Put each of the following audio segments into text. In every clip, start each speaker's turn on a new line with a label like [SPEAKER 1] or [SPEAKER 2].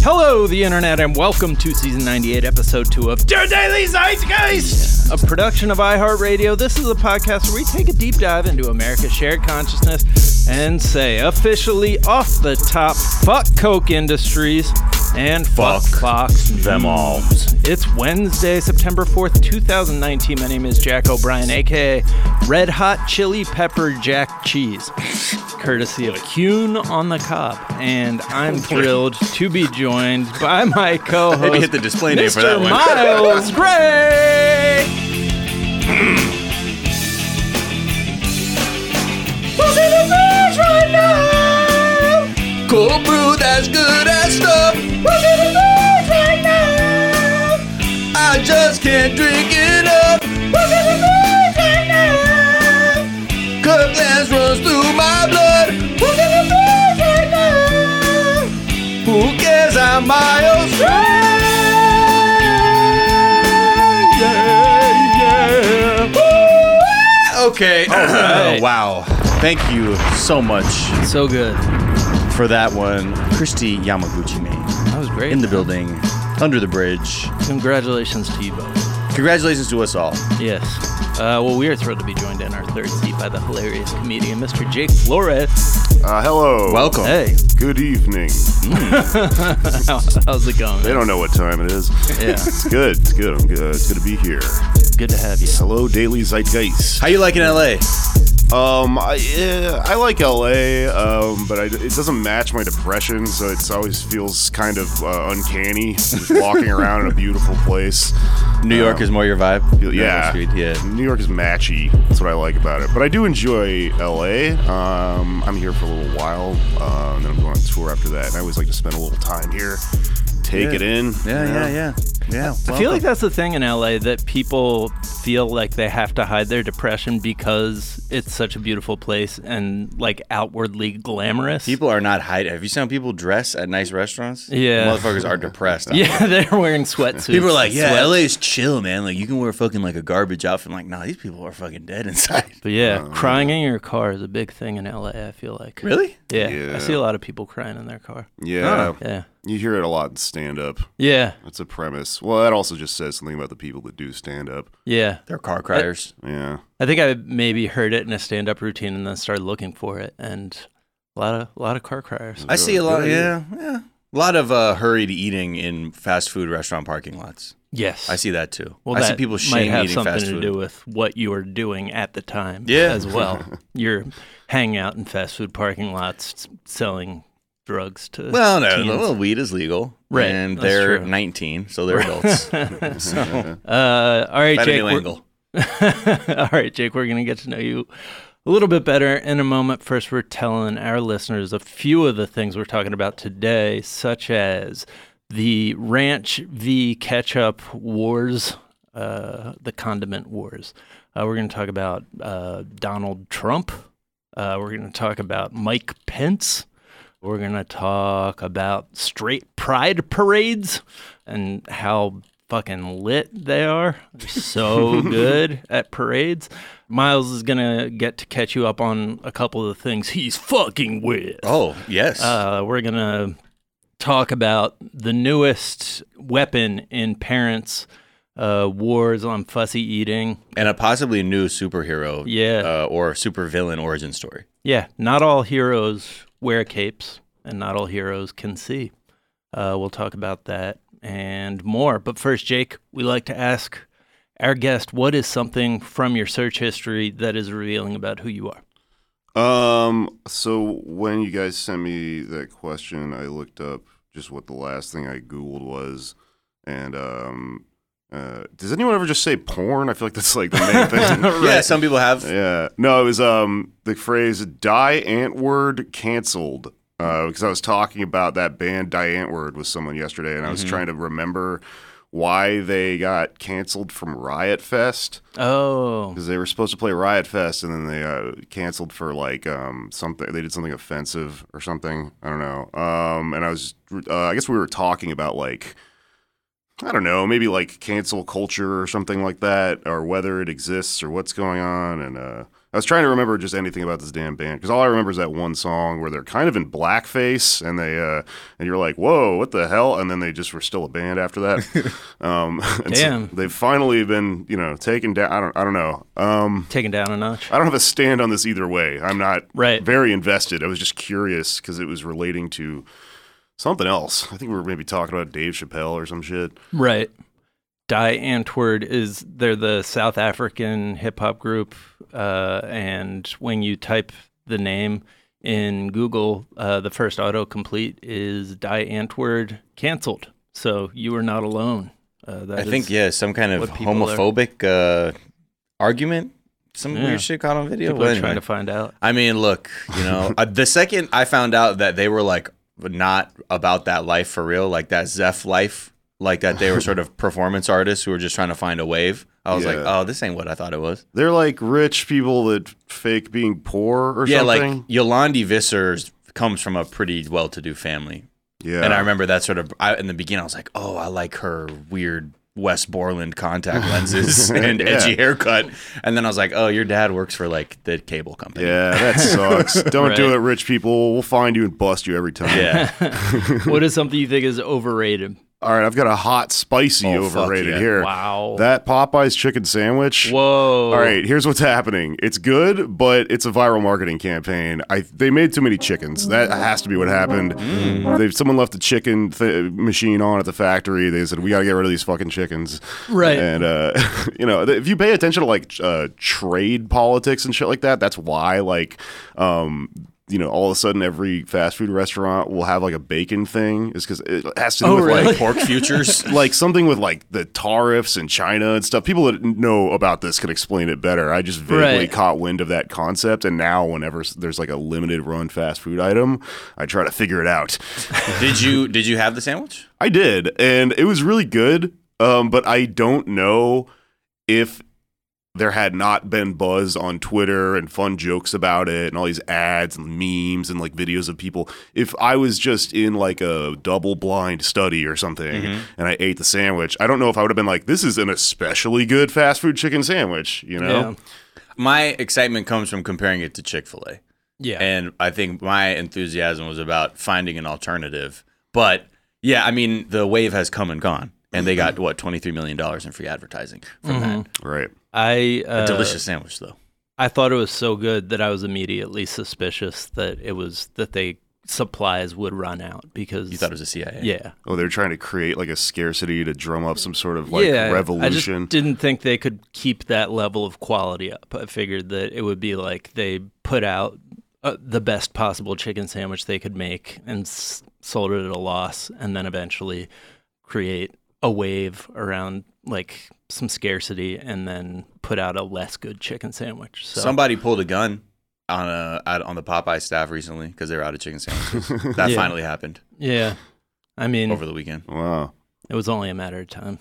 [SPEAKER 1] Hello, the internet, and welcome to season 98, episode 2 of Your Daily Zeitgeist, a production of iHeartRadio. This is a podcast where we take a deep dive into America's shared consciousness and say, officially off the top, fuck Coke Industries and fuck,
[SPEAKER 2] Fuck
[SPEAKER 1] Fox News.
[SPEAKER 2] them all.
[SPEAKER 1] It's Wednesday, September 4th, 2019. My name is Jack O'Brien, aka Red Hot Chili Pepper Jack Cheese, courtesy of Kuhn on the Cob. And I'm thrilled to be joined by my co
[SPEAKER 2] Maybe hit
[SPEAKER 1] host,
[SPEAKER 2] the display name for that
[SPEAKER 1] Mr.
[SPEAKER 2] one.
[SPEAKER 1] Miles Gray.
[SPEAKER 2] Who's in the fridge right now? Cold brew, that's good as stuff. Who's in the fridge right now? I just can't drink it up. Who's in the fridge right now? Kirkland's runs through my blood. Who's in the fridge right now? Who cares? I'm Miles Gray. Yeah, yeah. Ooh, Okay. Oh,
[SPEAKER 1] right.
[SPEAKER 2] wow. Thank you so much
[SPEAKER 1] So good.
[SPEAKER 2] for that one. Christy Yamaguchi me
[SPEAKER 1] That was great.
[SPEAKER 2] in the
[SPEAKER 1] man.
[SPEAKER 2] building, under the bridge.
[SPEAKER 1] Congratulations to you both.
[SPEAKER 2] Congratulations to us all.
[SPEAKER 1] Yes. Uh, well, we are thrilled to be joined in our third seat by the hilarious comedian, Mr. Jake Flores.
[SPEAKER 3] Uh, hello.
[SPEAKER 2] Welcome.
[SPEAKER 1] Hey,
[SPEAKER 3] Good evening.
[SPEAKER 1] how's it going?
[SPEAKER 3] They don't know what time it is.
[SPEAKER 1] Yeah,
[SPEAKER 3] It's good. It's good. I'm good. It's good to be here.
[SPEAKER 1] good to have you.
[SPEAKER 3] Hello, Daily Zeitgeist.
[SPEAKER 2] How you liking LA?
[SPEAKER 3] Um, I, eh, I like LA, um, but I, it doesn't match my depression, so it's always feels kind of uh, uncanny just walking around in a beautiful place.
[SPEAKER 2] New York is more your vibe.
[SPEAKER 3] yeah.
[SPEAKER 2] Street, yeah.
[SPEAKER 3] New York is matchy. That's what I like about it. But I do enjoy LA. Um, I'm here for a little while, uh, and then I'm going on tour after that. And I always like to spend a little time here, take
[SPEAKER 2] Yeah.
[SPEAKER 3] it in.
[SPEAKER 2] Yeah,
[SPEAKER 3] you know?
[SPEAKER 2] yeah, yeah. Yeah.
[SPEAKER 1] I feel like that's the thing in LA that people feel like they have to hide their depression because it's such a beautiful place and like outwardly glamorous.
[SPEAKER 2] People are not hiding. Have you seen how people dress at nice restaurants?
[SPEAKER 1] Yeah.
[SPEAKER 2] Motherfuckers are depressed.
[SPEAKER 1] yeah, they're wearing sweatsuits.
[SPEAKER 2] People are like, yeah,
[SPEAKER 1] Sweat-
[SPEAKER 2] LA is chill, man. Like, you can wear fucking like a garbage outfit. I'm like, nah, these people are fucking dead inside.
[SPEAKER 1] But yeah, crying in your car is a big thing in LA. I feel like.
[SPEAKER 2] Uh, Really?
[SPEAKER 1] Yeah, I
[SPEAKER 3] Yeah.
[SPEAKER 1] see a lot of people crying in their car.
[SPEAKER 3] Yeah.
[SPEAKER 1] Yeah.
[SPEAKER 3] You hear it a lot in stand up.
[SPEAKER 1] Yeah.
[SPEAKER 3] That's a premise. Well, that also just says something about the people that do stand up.
[SPEAKER 1] Yeah.
[SPEAKER 2] They're car criers.
[SPEAKER 3] Yeah.
[SPEAKER 1] I think I maybe heard it in a stand-up routine and then started looking for it and a lot of a lot of car criers.
[SPEAKER 2] I see a lot.
[SPEAKER 3] Really?
[SPEAKER 2] Yeah, yeah. A lot of uh, hurried eating in fast food restaurant parking lots.
[SPEAKER 1] Yes.
[SPEAKER 2] I see that too.
[SPEAKER 1] Well,
[SPEAKER 2] I
[SPEAKER 1] that
[SPEAKER 2] see people
[SPEAKER 1] might
[SPEAKER 2] shame
[SPEAKER 1] have
[SPEAKER 2] eating
[SPEAKER 1] something
[SPEAKER 2] fast
[SPEAKER 1] to
[SPEAKER 2] food.
[SPEAKER 1] do with what you were doing at the time,
[SPEAKER 2] Yeah.
[SPEAKER 1] as well. You're hanging out in fast food parking lots, s- selling drugs to.
[SPEAKER 2] well, no,
[SPEAKER 1] teens.
[SPEAKER 2] a little weed is legal,
[SPEAKER 1] Right,
[SPEAKER 2] And
[SPEAKER 1] that's
[SPEAKER 2] they're
[SPEAKER 1] true.
[SPEAKER 2] 19, so they're adults.
[SPEAKER 1] uh, all right,
[SPEAKER 2] At a
[SPEAKER 1] Jake.
[SPEAKER 2] new
[SPEAKER 1] we're-
[SPEAKER 2] angle.
[SPEAKER 1] all right, Jake. We're gonna get to know you a little bit better in a moment. First, we're telling our listeners a few of the things we're talking about today, such as the ranch v ketchup wars, uh, the condiment wars. Uh, we're going to talk about uh, Donald Trump. Uh, we're going to talk about Mike Pence. We're going to talk about straight pride parades and how fucking lit they are. They're so good at parades. Miles is going to get to catch you up on a couple of the things he's fucking with.
[SPEAKER 2] Oh, yes.
[SPEAKER 1] Uh, we're going to talk about the newest weapon in parents' uh, wars on fussy eating.
[SPEAKER 2] and a possibly new superhero
[SPEAKER 1] Yeah.
[SPEAKER 2] uh, or supervillain origin story.
[SPEAKER 1] Yeah, not all heroes wear capes, and not all heroes can see. Uh, we'll talk about that and more. But first, Jake, we like to ask our guest what is something from your search history that is revealing about who you are?
[SPEAKER 3] Um. So when you guys sent me that question, I looked up just what the last thing I googled was, and um, uh, does anyone ever just say porn? I feel like that's like the main thing.
[SPEAKER 2] Yeah, some people have.
[SPEAKER 3] Yeah. No, it was um the phrase "die Antword canceled" because I was talking about that band Die Antword with someone yesterday, and I was trying to remember why they got canceled from Riot Fest
[SPEAKER 1] Oh,
[SPEAKER 3] because they were supposed to play Riot Fest, and then they uh, canceled for like um something they did something offensive or something. I don't know. Um, and I was uh, I guess we were talking about like. I don't know, maybe like cancel culture or something like that, or whether it exists or what's going on. And uh, I was trying to remember just anything about this damn band because all I remember is that one song where they're kind of in blackface and they uh, and you're like, whoa, what the hell? And then they just were still a band after that. um, and so
[SPEAKER 1] Damn.
[SPEAKER 3] they've finally been you know taken down. I don't I don't know. Um,
[SPEAKER 1] Taken down a notch.
[SPEAKER 3] I don't have a stand on this either way. I'm not
[SPEAKER 1] Right.
[SPEAKER 3] very invested. I was just curious because it was relating to something else. I think we were maybe talking about Dave Chappelle or some shit.
[SPEAKER 1] Right. Die Antwoord is they're the South African hip hop group, uh, and when you type the name in Google, uh, the first autocomplete is Die Antwoord canceled. So you are not alone. Uh, that
[SPEAKER 2] I
[SPEAKER 1] is-
[SPEAKER 2] think yeah, some kind of
[SPEAKER 1] what people are-
[SPEAKER 2] homophobic uh, argument, some
[SPEAKER 1] Yeah.
[SPEAKER 2] weird shit caught on video.
[SPEAKER 1] people
[SPEAKER 2] Well,
[SPEAKER 1] are trying
[SPEAKER 2] anyway.
[SPEAKER 1] to find out.
[SPEAKER 2] I mean, look, you know, uh, the second I found out that they were like not about that life for real, like that Zeph life, like that they were sort of performance artists who were just trying to find a wave. I was like,
[SPEAKER 3] Yeah.
[SPEAKER 2] oh, this ain't what I thought it was.
[SPEAKER 3] They're like rich people that fake being poor or
[SPEAKER 2] yeah,
[SPEAKER 3] something.
[SPEAKER 2] like Yolandi Vissers comes from a pretty well-to-do family,
[SPEAKER 3] yeah,
[SPEAKER 2] and I remember that sort of I, in the beginning. I was like, oh, I like her weird. West Borland contact lenses and
[SPEAKER 3] Yeah.
[SPEAKER 2] edgy haircut, and then I was like, "Oh, your dad works for like the cable company."
[SPEAKER 3] Yeah, that sucks. Don't do
[SPEAKER 1] Right.
[SPEAKER 3] it, rich people. We'll find you and bust you every time.
[SPEAKER 2] yeah.
[SPEAKER 1] what is something you think is overrated?
[SPEAKER 3] All right, I've got a hot, spicy,
[SPEAKER 2] Oh, fuck
[SPEAKER 3] overrated
[SPEAKER 2] yeah.
[SPEAKER 3] here.
[SPEAKER 1] Wow.
[SPEAKER 3] That Popeye's chicken sandwich.
[SPEAKER 1] Whoa.
[SPEAKER 3] All right, here's what's happening. It's good, but it's a viral marketing campaign. I they made too many chickens. That has to be what happened.
[SPEAKER 1] Mm.
[SPEAKER 3] They someone left the chicken th- machine on at the factory. They said we got to get rid of these fucking chickens.
[SPEAKER 1] Right.
[SPEAKER 3] And uh, you know, th- if you pay attention to like tr- uh, trade politics and shit like that, that's why like um you know, all of a sudden, every fast food restaurant will have like a bacon thing, is because it has to do
[SPEAKER 1] Oh,
[SPEAKER 3] with like
[SPEAKER 1] really?
[SPEAKER 2] pork futures.
[SPEAKER 3] like something with like the tariffs and China and stuff. People that know about this could explain it better. I just vaguely
[SPEAKER 1] Right.
[SPEAKER 3] caught wind of that concept, and now whenever s- there's like a limited run fast food item, I try to figure it out.
[SPEAKER 2] did you did you have the sandwich?
[SPEAKER 3] I did, and it was really good. Um, but I don't know if there had not been buzz on Twitter and fun jokes about it and all these ads and memes and like videos of people. If I was just in like a double blind study or something
[SPEAKER 1] Mm-hmm.
[SPEAKER 3] and I ate the sandwich, I don't know if I would have been like, this is an especially good fast food chicken sandwich, you know?
[SPEAKER 2] My excitement comes from comparing it to Chick Fil A,
[SPEAKER 1] Yeah. yeah.
[SPEAKER 2] and I think my enthusiasm was about finding an alternative. But yeah, I mean the wave has come and gone, and they got what twenty three million dollars in free advertising from that.
[SPEAKER 3] Right.
[SPEAKER 1] I
[SPEAKER 2] A
[SPEAKER 1] Mm-hmm. uh,
[SPEAKER 2] delicious sandwich though.
[SPEAKER 1] I thought it was so good that I was immediately suspicious that it was that they supplies would run out because
[SPEAKER 2] You thought it was a CIA.
[SPEAKER 1] yeah
[SPEAKER 3] Oh, they're trying to create like a scarcity to drum up some sort of like
[SPEAKER 1] yeah I
[SPEAKER 3] revolution.
[SPEAKER 1] just didn't think they could keep that level of quality up. I figured that it would be like they put out uh, the best possible chicken sandwich they could make and s- sold it at a loss, and then eventually create a wave around like some scarcity, and then put out a less good chicken sandwich. So
[SPEAKER 2] Somebody pulled a gun on a at- on the Popeye staff recently because they were out of chicken sandwiches. that
[SPEAKER 1] Yeah. Mm.
[SPEAKER 2] finally happened
[SPEAKER 1] yeah, I mean,
[SPEAKER 2] over the weekend.
[SPEAKER 3] wow.
[SPEAKER 1] it was only a matter of time.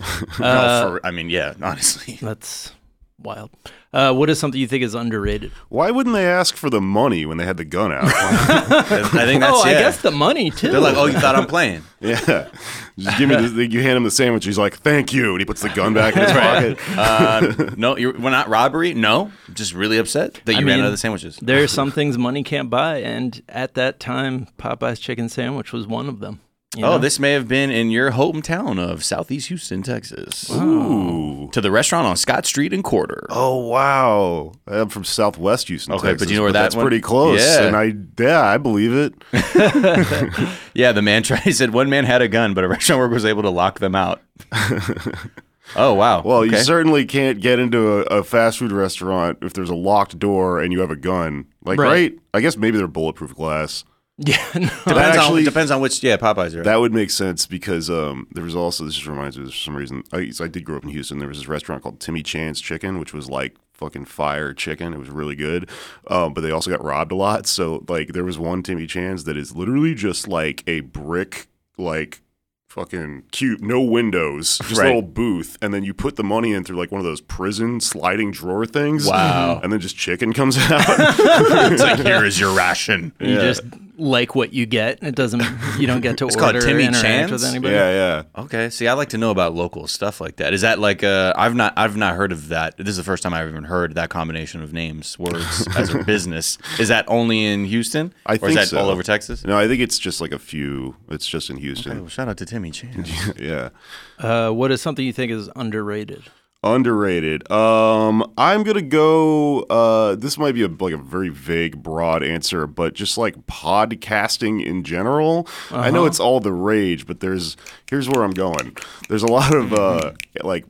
[SPEAKER 1] Uh,
[SPEAKER 2] no, for, I mean, yeah, honestly.
[SPEAKER 1] That's wild. Uh, what is something you think is underrated?
[SPEAKER 3] Why wouldn't they ask for the money when they had the gun out?
[SPEAKER 2] I think that's
[SPEAKER 1] oh, I
[SPEAKER 2] yeah.
[SPEAKER 1] guess the money too.
[SPEAKER 2] They're like, oh, you thought I'm playing.
[SPEAKER 3] Yeah. Just give me this. You hand him the sandwich. He's like, thank you. And he puts the gun back in his pocket.
[SPEAKER 2] Uh, no, you're, we're not robbery. No, just really upset that you ran
[SPEAKER 1] mean-
[SPEAKER 2] out of the sandwiches.
[SPEAKER 1] There are some things money can't buy, and at that time, Popeye's chicken sandwich was one of them. you
[SPEAKER 2] Oh,
[SPEAKER 1] know?
[SPEAKER 2] this may have been in your hometown of Southeast Houston, Texas.
[SPEAKER 3] Ooh.
[SPEAKER 2] To the restaurant on Scott Street and Quarter.
[SPEAKER 3] Oh, wow. I'm from Southwest Houston.
[SPEAKER 2] Okay, but
[SPEAKER 3] Texas,
[SPEAKER 2] you know where that
[SPEAKER 3] That's
[SPEAKER 2] one-
[SPEAKER 3] pretty close.
[SPEAKER 2] Yeah.
[SPEAKER 3] And I, yeah, I believe it.
[SPEAKER 2] Yeah, the man tried. He said one man had a gun, but a restaurant worker was able to lock them out. oh wow.
[SPEAKER 3] Well, you
[SPEAKER 2] Okay.
[SPEAKER 3] certainly can't get into a, a fast food restaurant if there's a locked door and you have a gun. Like,
[SPEAKER 1] Right.
[SPEAKER 3] right? I guess maybe they're bulletproof glass.
[SPEAKER 1] yeah, no.
[SPEAKER 2] depends,
[SPEAKER 3] actually-
[SPEAKER 2] on, depends on which. Yeah, Popeyes are.
[SPEAKER 3] That would make sense because um, there was also this just reminds me of this for some reason. I, so I did grow up in Houston. There was this restaurant called Timmy Chan's Chicken, which was like fucking fire chicken. It was really good, um, but they also got robbed a lot. So like there was one Timmy Chan's that is literally just like a brick like. Fucking cute, no windows, just
[SPEAKER 2] Right.
[SPEAKER 3] a little booth, and then you put the money in through like one of those prison sliding drawer things.
[SPEAKER 2] Wow.
[SPEAKER 3] And then just chicken comes out.
[SPEAKER 2] it's like here is your ration.
[SPEAKER 1] you just like what you get. It doesn't. You don't get to
[SPEAKER 2] It's called
[SPEAKER 1] order or
[SPEAKER 2] Timmy
[SPEAKER 1] interact
[SPEAKER 2] Chan's?
[SPEAKER 1] with anybody.
[SPEAKER 3] Yeah, yeah.
[SPEAKER 2] Okay, see, I like to know about local stuff like that. Is that like uh, I've not I've not heard of that. This is the first time I've even heard that combination of names, words as a business. Is that only in Houston?
[SPEAKER 3] I
[SPEAKER 2] or
[SPEAKER 3] think
[SPEAKER 2] is that
[SPEAKER 3] so.
[SPEAKER 2] all over Texas?
[SPEAKER 3] No, I think it's just like a few. It's just in Houston.
[SPEAKER 2] Oh, shout out to Timmy Chan.
[SPEAKER 3] yeah.
[SPEAKER 1] Uh, what is something you think is underrated?
[SPEAKER 3] Underrated. Um, I'm gonna go. Uh, this might be a, like a very vague, broad answer, but just like podcasting in general. I know it's all the rage, but there's here's where I'm going. There's a lot of uh, like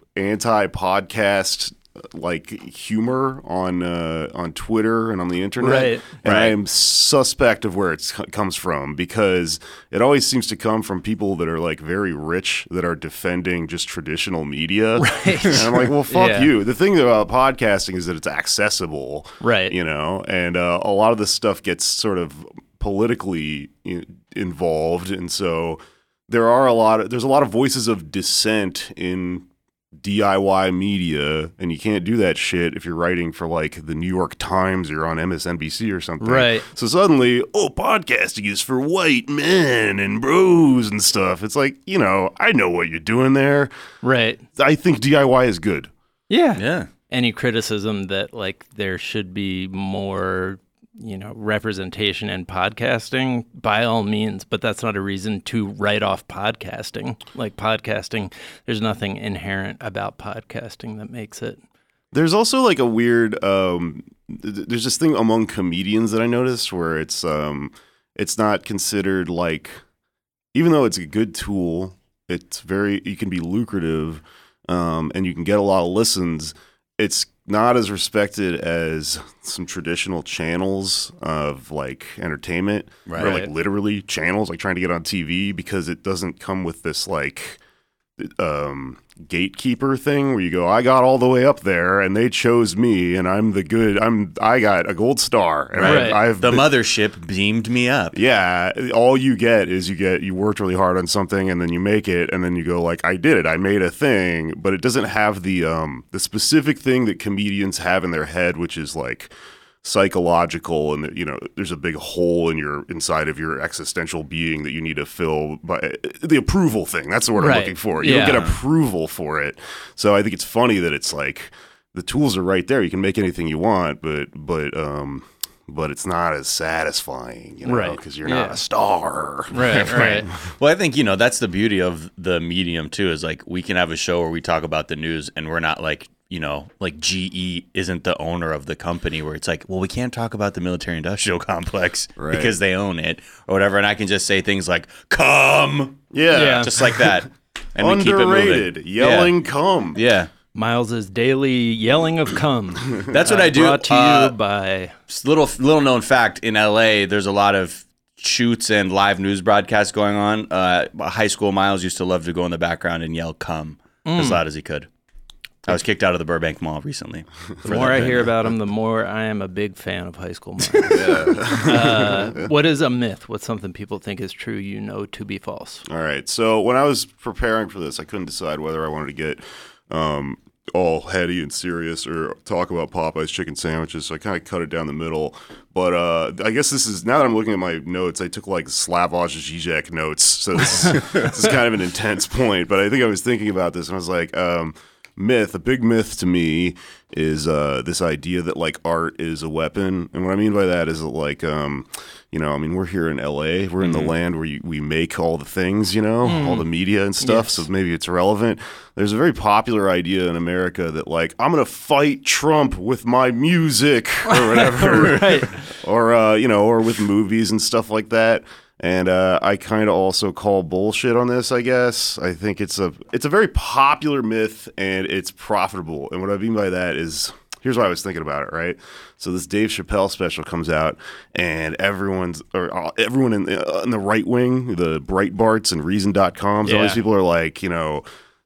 [SPEAKER 3] anti-podcast like humor on uh, on Twitter and on the internet,
[SPEAKER 1] Right.
[SPEAKER 3] and I
[SPEAKER 2] Right.
[SPEAKER 3] am suspect of where it comes from because it always seems to come from people that are like very rich that are defending just traditional media. And I'm like, well, fuck
[SPEAKER 1] Yeah.
[SPEAKER 3] you. The thing about podcasting is that it's accessible,
[SPEAKER 1] Right.
[SPEAKER 3] You know, and uh, a lot of this stuff gets sort of politically you know, involved, and so there are a lot. Of, there's a lot of voices of dissent in DIY media, and you can't do that shit if you're writing for like the New York Times or on MSNBC or something.
[SPEAKER 1] Right.
[SPEAKER 3] So suddenly, oh, podcasting is for white men and bros and stuff. It's like, you know, I know what you're doing there.
[SPEAKER 1] Right.
[SPEAKER 3] I think DIY is good.
[SPEAKER 1] Yeah.
[SPEAKER 2] Yeah.
[SPEAKER 1] Any criticism that like there should be more, you know, representation in podcasting, by all means, but that's not a reason to write off podcasting. Like podcasting, there's nothing inherent about podcasting that makes it.
[SPEAKER 3] There's also like a weird um th- there's this thing among comedians that I noticed where it's um it's not considered like even though it's a good tool, it's very you can be lucrative um and you can get a lot of listens, it's not as respected as some traditional channels of like entertainment or like
[SPEAKER 1] Right.
[SPEAKER 3] literally channels like trying to get on TV because it doesn't come with this like um, gatekeeper thing where you go, I got all the way up there and they chose me and I'm the good, I'm, I got a gold star. And
[SPEAKER 1] Right.
[SPEAKER 3] I've, I've
[SPEAKER 2] The
[SPEAKER 3] been-
[SPEAKER 2] mothership beamed me up.
[SPEAKER 3] yeah, all you get is you get, you worked really hard on something and then you make it and then you go like, I did it, I made a thing, but it doesn't have the, um, the specific thing that comedians have in their head, which is like, psychological and you know there's a big hole in your inside of your existential being that you need to fill by eh, the approval thing that's the word i'm
[SPEAKER 1] Right.
[SPEAKER 3] looking for you
[SPEAKER 1] Yeah.
[SPEAKER 3] don't get approval for it so i think it's funny that it's like the tools are right there you can make anything you want but but um but it's not as satisfying you know
[SPEAKER 1] Right.
[SPEAKER 3] because you're not
[SPEAKER 1] Yeah.
[SPEAKER 3] a star
[SPEAKER 1] Right, right.
[SPEAKER 2] Well, I think you know that's the beauty of the medium too. Is like we can have a show where we talk about the news, and we're not like you know like GE isn't the owner of the company, where it's like, well, we can't talk about the military-industrial complex
[SPEAKER 3] Right.
[SPEAKER 2] because they own it or whatever. And I can just say things like "come,"
[SPEAKER 1] Yeah.
[SPEAKER 2] just like that, and we keep it moving.
[SPEAKER 3] underrated yelling come
[SPEAKER 2] Yeah.
[SPEAKER 1] Miles's daily yelling of cum.
[SPEAKER 2] yeah, that's what I do.
[SPEAKER 1] Brought to
[SPEAKER 2] Uh,
[SPEAKER 1] you by
[SPEAKER 2] little little known fact in LA, there's a lot of shoots and live news broadcasts going on. Uh, high school Miles used to love to go in the background and yell "come" as loud as he could. I was kicked out of the Burbank Mall recently.
[SPEAKER 1] The more I hear about him, the more I am a big fan of High School Musical. uh, what is a myth? What's something people think is true you know to be false?
[SPEAKER 3] All right. So when I was preparing for this, I couldn't decide whether I wanted to get um, all heady and serious or talk about Popeye's chicken sandwiches. So I kind of cut it down the middle. But uh, I guess this is now that I'm looking at my notes, I took like Slavoj Zizek notes. So this is, this is kind of an intense point. But I think I was thinking about this and I was like, um, myth, a big myth to me is uh, this idea that like art is a weapon. And what I mean by that is that like, um, you know, I mean, we're here in LA, we're in the land where you, we make all the things, you know, all the media and stuff. So maybe it's relevant. There's a very popular idea in America that like, I'm going to fight Trump with my music or whatever
[SPEAKER 1] Right.
[SPEAKER 3] or uh, you know, or with movies and stuff like that. And uh, I kind of also call bullshit on this. I guess I think it's a it's a very popular myth, and it's profitable. And what I mean by that is here's what I was thinking about it. Right, so this Dave Chappelle special comes out, and everyone's or uh, everyone in the, uh, in the right wing, the Breitbarts and Reason.coms, all these
[SPEAKER 1] Yeah.
[SPEAKER 3] people are like, you know.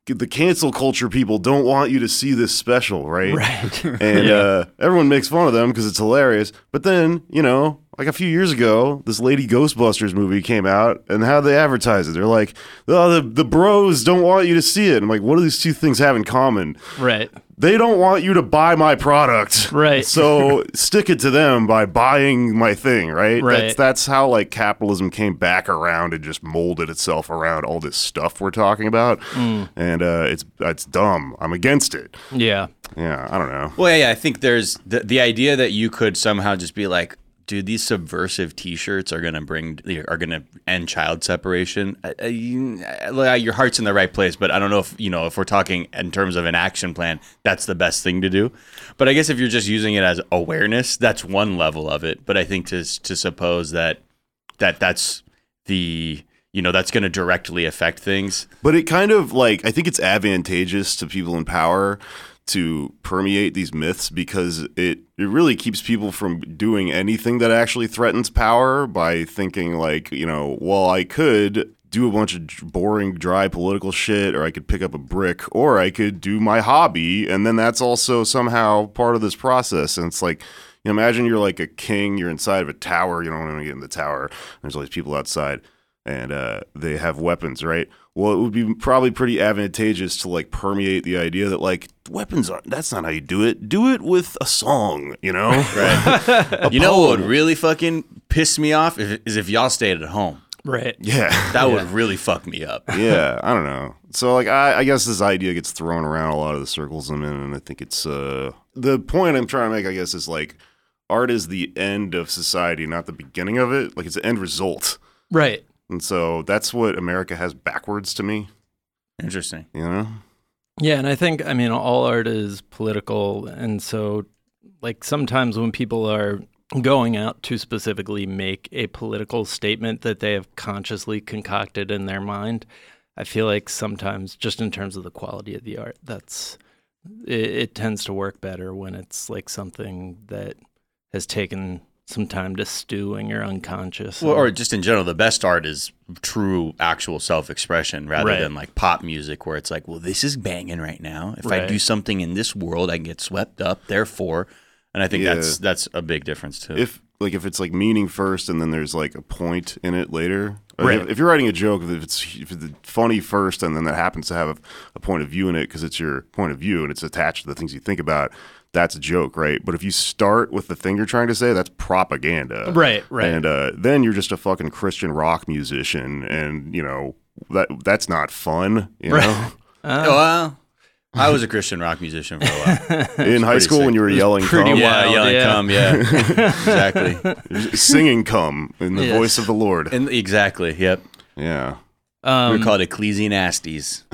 [SPEAKER 3] The cancel culture people don't want you to see this special, right?
[SPEAKER 1] Right.
[SPEAKER 3] and uh, everyone makes fun of them because it's hilarious. But then, you know, like a few years ago, this Lady Ghostbusters movie came out, and how they advertise it, they're like, "Oh, the the bros don't want you to see it." I'm like, what do these two things have in common?
[SPEAKER 1] Right.
[SPEAKER 3] they don't want you to buy my product.
[SPEAKER 1] Right.
[SPEAKER 3] So stick it to them by buying my thing, right?
[SPEAKER 1] Right.
[SPEAKER 3] That's that's how like capitalism came back around and just molded itself around all this stuff we're talking about.
[SPEAKER 1] Mm.
[SPEAKER 3] And uh, it's it's dumb. I'm against it.
[SPEAKER 1] Yeah.
[SPEAKER 3] Yeah, I don't know.
[SPEAKER 2] Well, yeah, yeah, I think there's the, the idea that you could somehow just be like, dude, these subversive T-shirts are gonna bring are gonna end child separation. Uh, uh, you- uh, your heart's in the right place, but I don't know if you know if we're talking in terms of an action plan, that's the best thing to do. But I guess if you're just using it as awareness, that's one level of it. But I think to to suppose that that that's the you know that's going to directly affect things.
[SPEAKER 3] But it kind of like I think it's advantageous to people in power to permeate these myths because it it really keeps people from doing anything that actually threatens power by thinking like, you know, well, I could do a bunch of j- boring dry political shit or I could pick up a brick or I could do my hobby and then that's also somehow part of this process and it's like you know, imagine you're like a king, you're inside of a tower, you don't want to get in the tower. There's all these people outside and uh, they have weapons, right? Well, it would be probably pretty advantageous to like permeate the idea that like weapons aren't. That's not how you do it. Do it with a song, you know? Right.
[SPEAKER 2] you know what would really fucking piss me off is, is if y'all stayed at home.
[SPEAKER 1] Right.
[SPEAKER 3] yeah.
[SPEAKER 2] That would really fuck me up.
[SPEAKER 3] Yeah. I don't know. So like, I, I guess this idea gets thrown around a lot of the circles I'm in, and I think it's uh the point I'm trying to make. I guess is like art is the end of society, not the beginning of it. Like it's the end result,
[SPEAKER 1] Right.
[SPEAKER 3] and so that's what America has backwards to me.
[SPEAKER 2] Interesting.
[SPEAKER 3] You know?
[SPEAKER 1] Yeah, and I think I mean all art is political, and so like sometimes when people are going out to specifically make a political statement that they have consciously concocted in their mind, I feel like sometimes just in terms of the quality of the art, that's it, it tends to work better when it's like something that has taken some time to stew in your unconscious.
[SPEAKER 2] Well, or just in general, the best art is true, actual self-expression rather
[SPEAKER 1] Right.
[SPEAKER 2] than like pop music, where it's like, well, this is banging right now. If I
[SPEAKER 1] Right.
[SPEAKER 2] do something in this world, I can get swept up. Therefore, and I think
[SPEAKER 3] Yeah.
[SPEAKER 2] that's that's a big difference too.
[SPEAKER 3] if like if it's like meaning first and then there's like a point in it later. Like,
[SPEAKER 1] Right.
[SPEAKER 3] If, if you're writing a joke, if it's, if it's funny first and then that happens to have a, a point of view in it because it's your point of view and it's attached to the things you think about, that's a joke, right? But if you start with the thing you're trying to say, that's propaganda.
[SPEAKER 1] Right, right.
[SPEAKER 3] And uh, then you're just a fucking Christian rock musician and, you know, that that's not fun, you know?
[SPEAKER 1] Uh.
[SPEAKER 2] Oh, well, I was a Christian rock musician for a while.
[SPEAKER 3] In high school when you were yelling
[SPEAKER 1] pretty
[SPEAKER 3] cum,
[SPEAKER 2] yeah,
[SPEAKER 1] Wild,
[SPEAKER 2] yelling
[SPEAKER 1] yeah.
[SPEAKER 2] cum, yeah, exactly,
[SPEAKER 3] singing cum in the
[SPEAKER 1] Yes.
[SPEAKER 3] voice of the Lord.
[SPEAKER 2] and exactly, yep.
[SPEAKER 3] yeah.
[SPEAKER 1] Um,
[SPEAKER 2] we were called Ecclesiastes.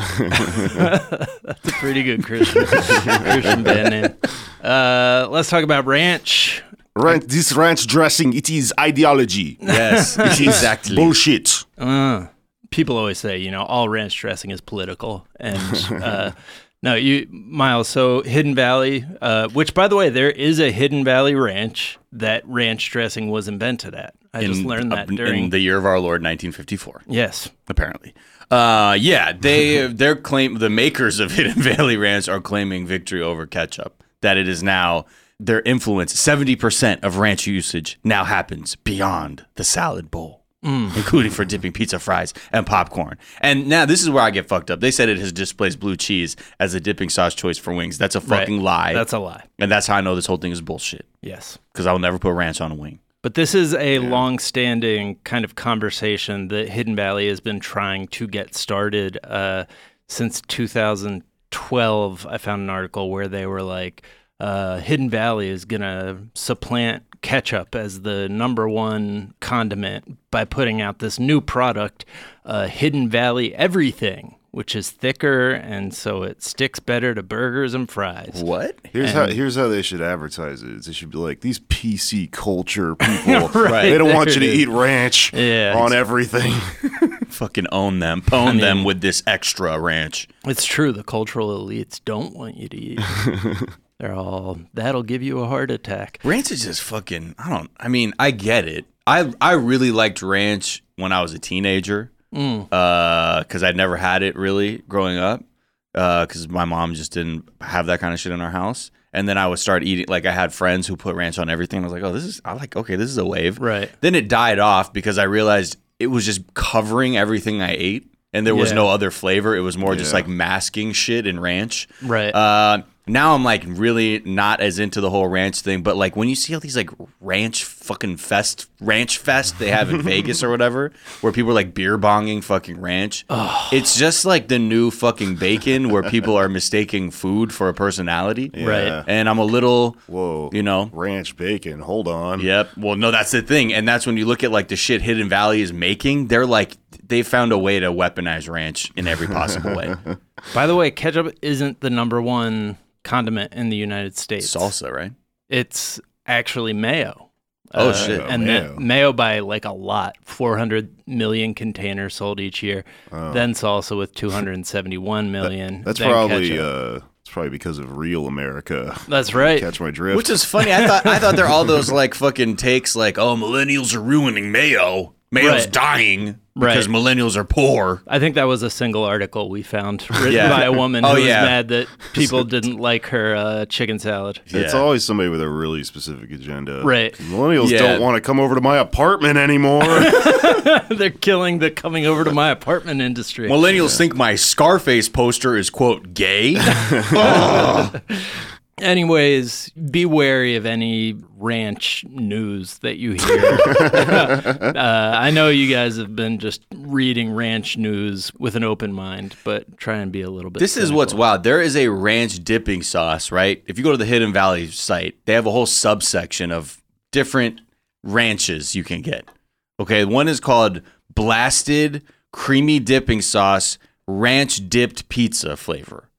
[SPEAKER 1] Pretty good Christian, Christian band name. Uh, let's talk about Ranch.
[SPEAKER 3] Ranch, this ranch dressing, it is ideology.
[SPEAKER 2] Yes, exactly.
[SPEAKER 3] Bullshit.
[SPEAKER 1] Uh, people always say, you know, all ranch dressing is political, and uh, no, you Miles. So Hidden Valley, uh, which by the way, there is a Hidden Valley ranch that ranch dressing was invented at. I just learned that
[SPEAKER 2] in
[SPEAKER 1] during
[SPEAKER 2] the year of our Lord 1954.
[SPEAKER 1] yes,
[SPEAKER 2] apparently. Uh, yeah, they their claim the makers of Hidden Valley Ranch are claiming victory over ketchup. That it is now their influence. Seventy percent of ranch usage now happens beyond the salad bowl, including for dipping pizza fries and popcorn. And now this is where I get fucked up. They said it has displaced blue cheese as a dipping sauce choice for wings. That's a fucking lie.
[SPEAKER 1] That's a lie.
[SPEAKER 2] and that's how I know this whole thing is bullshit.
[SPEAKER 1] Yes.
[SPEAKER 2] Because I will never put ranch on a wing.
[SPEAKER 1] But this is a long-standing kind of conversation that Hidden Valley has been trying to get started uh, since 2012. I found an article where they were like, uh, "Hidden Valley is gonna supplant ketchup as the number one condiment by putting out this new product, uh, Hidden Valley Everything." Which is thicker, and so it sticks better to burgers and fries.
[SPEAKER 2] What?
[SPEAKER 3] Here's how here's how they should advertise it. They should be like these PC culture people. They don't want you to eat ranch
[SPEAKER 1] Yeah.
[SPEAKER 3] on everything.
[SPEAKER 2] Fucking own them. Pwn them with this extra ranch.
[SPEAKER 1] It's true. The cultural elites don't want you to eat. They're all that'll give you a heart attack.
[SPEAKER 2] Ranch is just fucking. I don't. I mean, I get it. I I really liked ranch when I was a teenager,
[SPEAKER 1] Mm.
[SPEAKER 2] because I'd never had it really growing up, because my mom just didn't have that kind of shit in our house. And then I would start eating. Like I had friends who put ranch on everything. I was like, oh, this is. I like. Okay, this is a wave.
[SPEAKER 1] Right.
[SPEAKER 2] Then it died off because I realized it was just covering everything I ate, and there was
[SPEAKER 1] Yeah.
[SPEAKER 2] no other flavor. It was more just
[SPEAKER 3] Yeah.
[SPEAKER 2] like masking shit in ranch.
[SPEAKER 1] Right.
[SPEAKER 2] Uh, now I'm like really not as into the whole ranch thing, but like when you see all these like ranch fucking fest, ranch fest they have in Vegas or whatever, where people are like beer bonging fucking ranch, it's just like the new fucking bacon where people are mistaking food for a personality.
[SPEAKER 1] Right.
[SPEAKER 2] And I'm a little,
[SPEAKER 3] Whoa.
[SPEAKER 2] you know,
[SPEAKER 3] ranch bacon. Hold on.
[SPEAKER 2] Yep. Well, no, that's the thing, and that's when you look at like the shit Hidden Valley is making. They're like they found a way to weaponize ranch in every possible way.
[SPEAKER 1] By the way, ketchup isn't the number one condiment in the United States.
[SPEAKER 2] Salsa, right?
[SPEAKER 1] It's actually mayo. Uh,
[SPEAKER 2] Oh, shit.
[SPEAKER 1] And
[SPEAKER 3] mayo.
[SPEAKER 1] that- mayo by like a lot, 400 million containers sold each year. Then salsa with 271 million.
[SPEAKER 3] That's
[SPEAKER 1] then
[SPEAKER 3] probably
[SPEAKER 1] ketchup.
[SPEAKER 3] uh, it's probably because of real America.
[SPEAKER 2] uh,
[SPEAKER 1] That's right.
[SPEAKER 3] Catch my drift.
[SPEAKER 2] Which is funny. I thought I thought they're all those like fucking takes like, oh, millennials are ruining mayo. Mayo's
[SPEAKER 1] Right.
[SPEAKER 2] dying because
[SPEAKER 1] Right.
[SPEAKER 2] millennials are poor.
[SPEAKER 1] I think that was a single article we found written
[SPEAKER 2] Yeah.
[SPEAKER 1] by a woman
[SPEAKER 2] Oh,
[SPEAKER 1] who was
[SPEAKER 2] yeah.
[SPEAKER 1] mad that people didn't like her uh, chicken salad.
[SPEAKER 3] it's
[SPEAKER 2] Yeah.
[SPEAKER 3] always somebody with a really specific agenda.
[SPEAKER 1] Right.
[SPEAKER 3] Millennials
[SPEAKER 2] Yeah.
[SPEAKER 3] don't want to come over to my apartment anymore.
[SPEAKER 1] They're killing the coming over to my apartment industry.
[SPEAKER 2] Millennials think my Scarface poster is quote gay.
[SPEAKER 1] Anyways, be wary of any ranch news that you hear. uh, I know you guys have been just reading ranch news with an open mind, but try and be a little bit.
[SPEAKER 2] This is
[SPEAKER 1] cynical.
[SPEAKER 2] what's wild. There is a ranch dipping sauce, right? If you go to the Hidden Valley site, they have a whole subsection of different ranches you can get. Okay, one is called Blasted Creamy Dipping Sauce Ranch Dipped Pizza Flavor.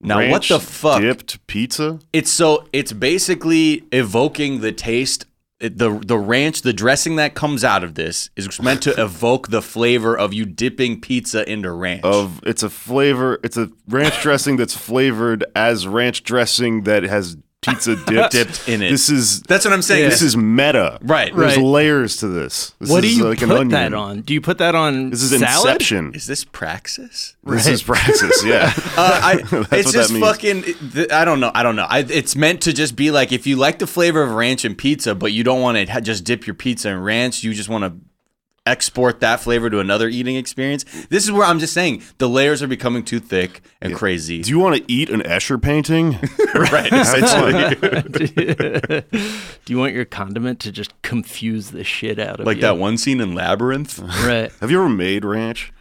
[SPEAKER 2] Now, what
[SPEAKER 3] Ranch
[SPEAKER 2] the fuck?
[SPEAKER 3] Dipped pizza?
[SPEAKER 2] It's so it's basically evoking the taste. It, the the ranch, the dressing that comes out of this is meant to evoke the flavor of you dipping pizza into ranch.
[SPEAKER 3] Of it's a flavor. It's a ranch dressing that's flavored as ranch dressing that has pizza dipped,
[SPEAKER 2] Dipped in it.
[SPEAKER 3] This is
[SPEAKER 2] That's what I'm saying.
[SPEAKER 3] This is meta.
[SPEAKER 2] Right.
[SPEAKER 3] There's
[SPEAKER 1] Right.
[SPEAKER 3] layers to this. This
[SPEAKER 1] What
[SPEAKER 3] is
[SPEAKER 1] do you
[SPEAKER 3] like an
[SPEAKER 1] put
[SPEAKER 3] onion.
[SPEAKER 1] that on? Do you put that on
[SPEAKER 3] This is
[SPEAKER 1] salad?
[SPEAKER 3] Inception.
[SPEAKER 2] Is this praxis?
[SPEAKER 3] This is praxis. Yeah.
[SPEAKER 2] Uh, I, it's
[SPEAKER 3] what that
[SPEAKER 2] just
[SPEAKER 3] means.
[SPEAKER 2] fucking. th- I don't know. I don't know. I, it's meant to just be like if you like the flavor of ranch and pizza, but you don't want to ha- just dip your pizza in ranch. You just want to export that flavor to another eating experience. This is where I'm just saying the layers are becoming too thick and crazy.
[SPEAKER 3] Do you want to eat an Escher painting?
[SPEAKER 2] right.
[SPEAKER 3] Have fun.
[SPEAKER 1] Do you want your condiment to just confuse the shit out of
[SPEAKER 2] Like
[SPEAKER 1] you?
[SPEAKER 2] that one scene in Labyrinth.
[SPEAKER 1] Right.
[SPEAKER 3] Have you ever made ranch?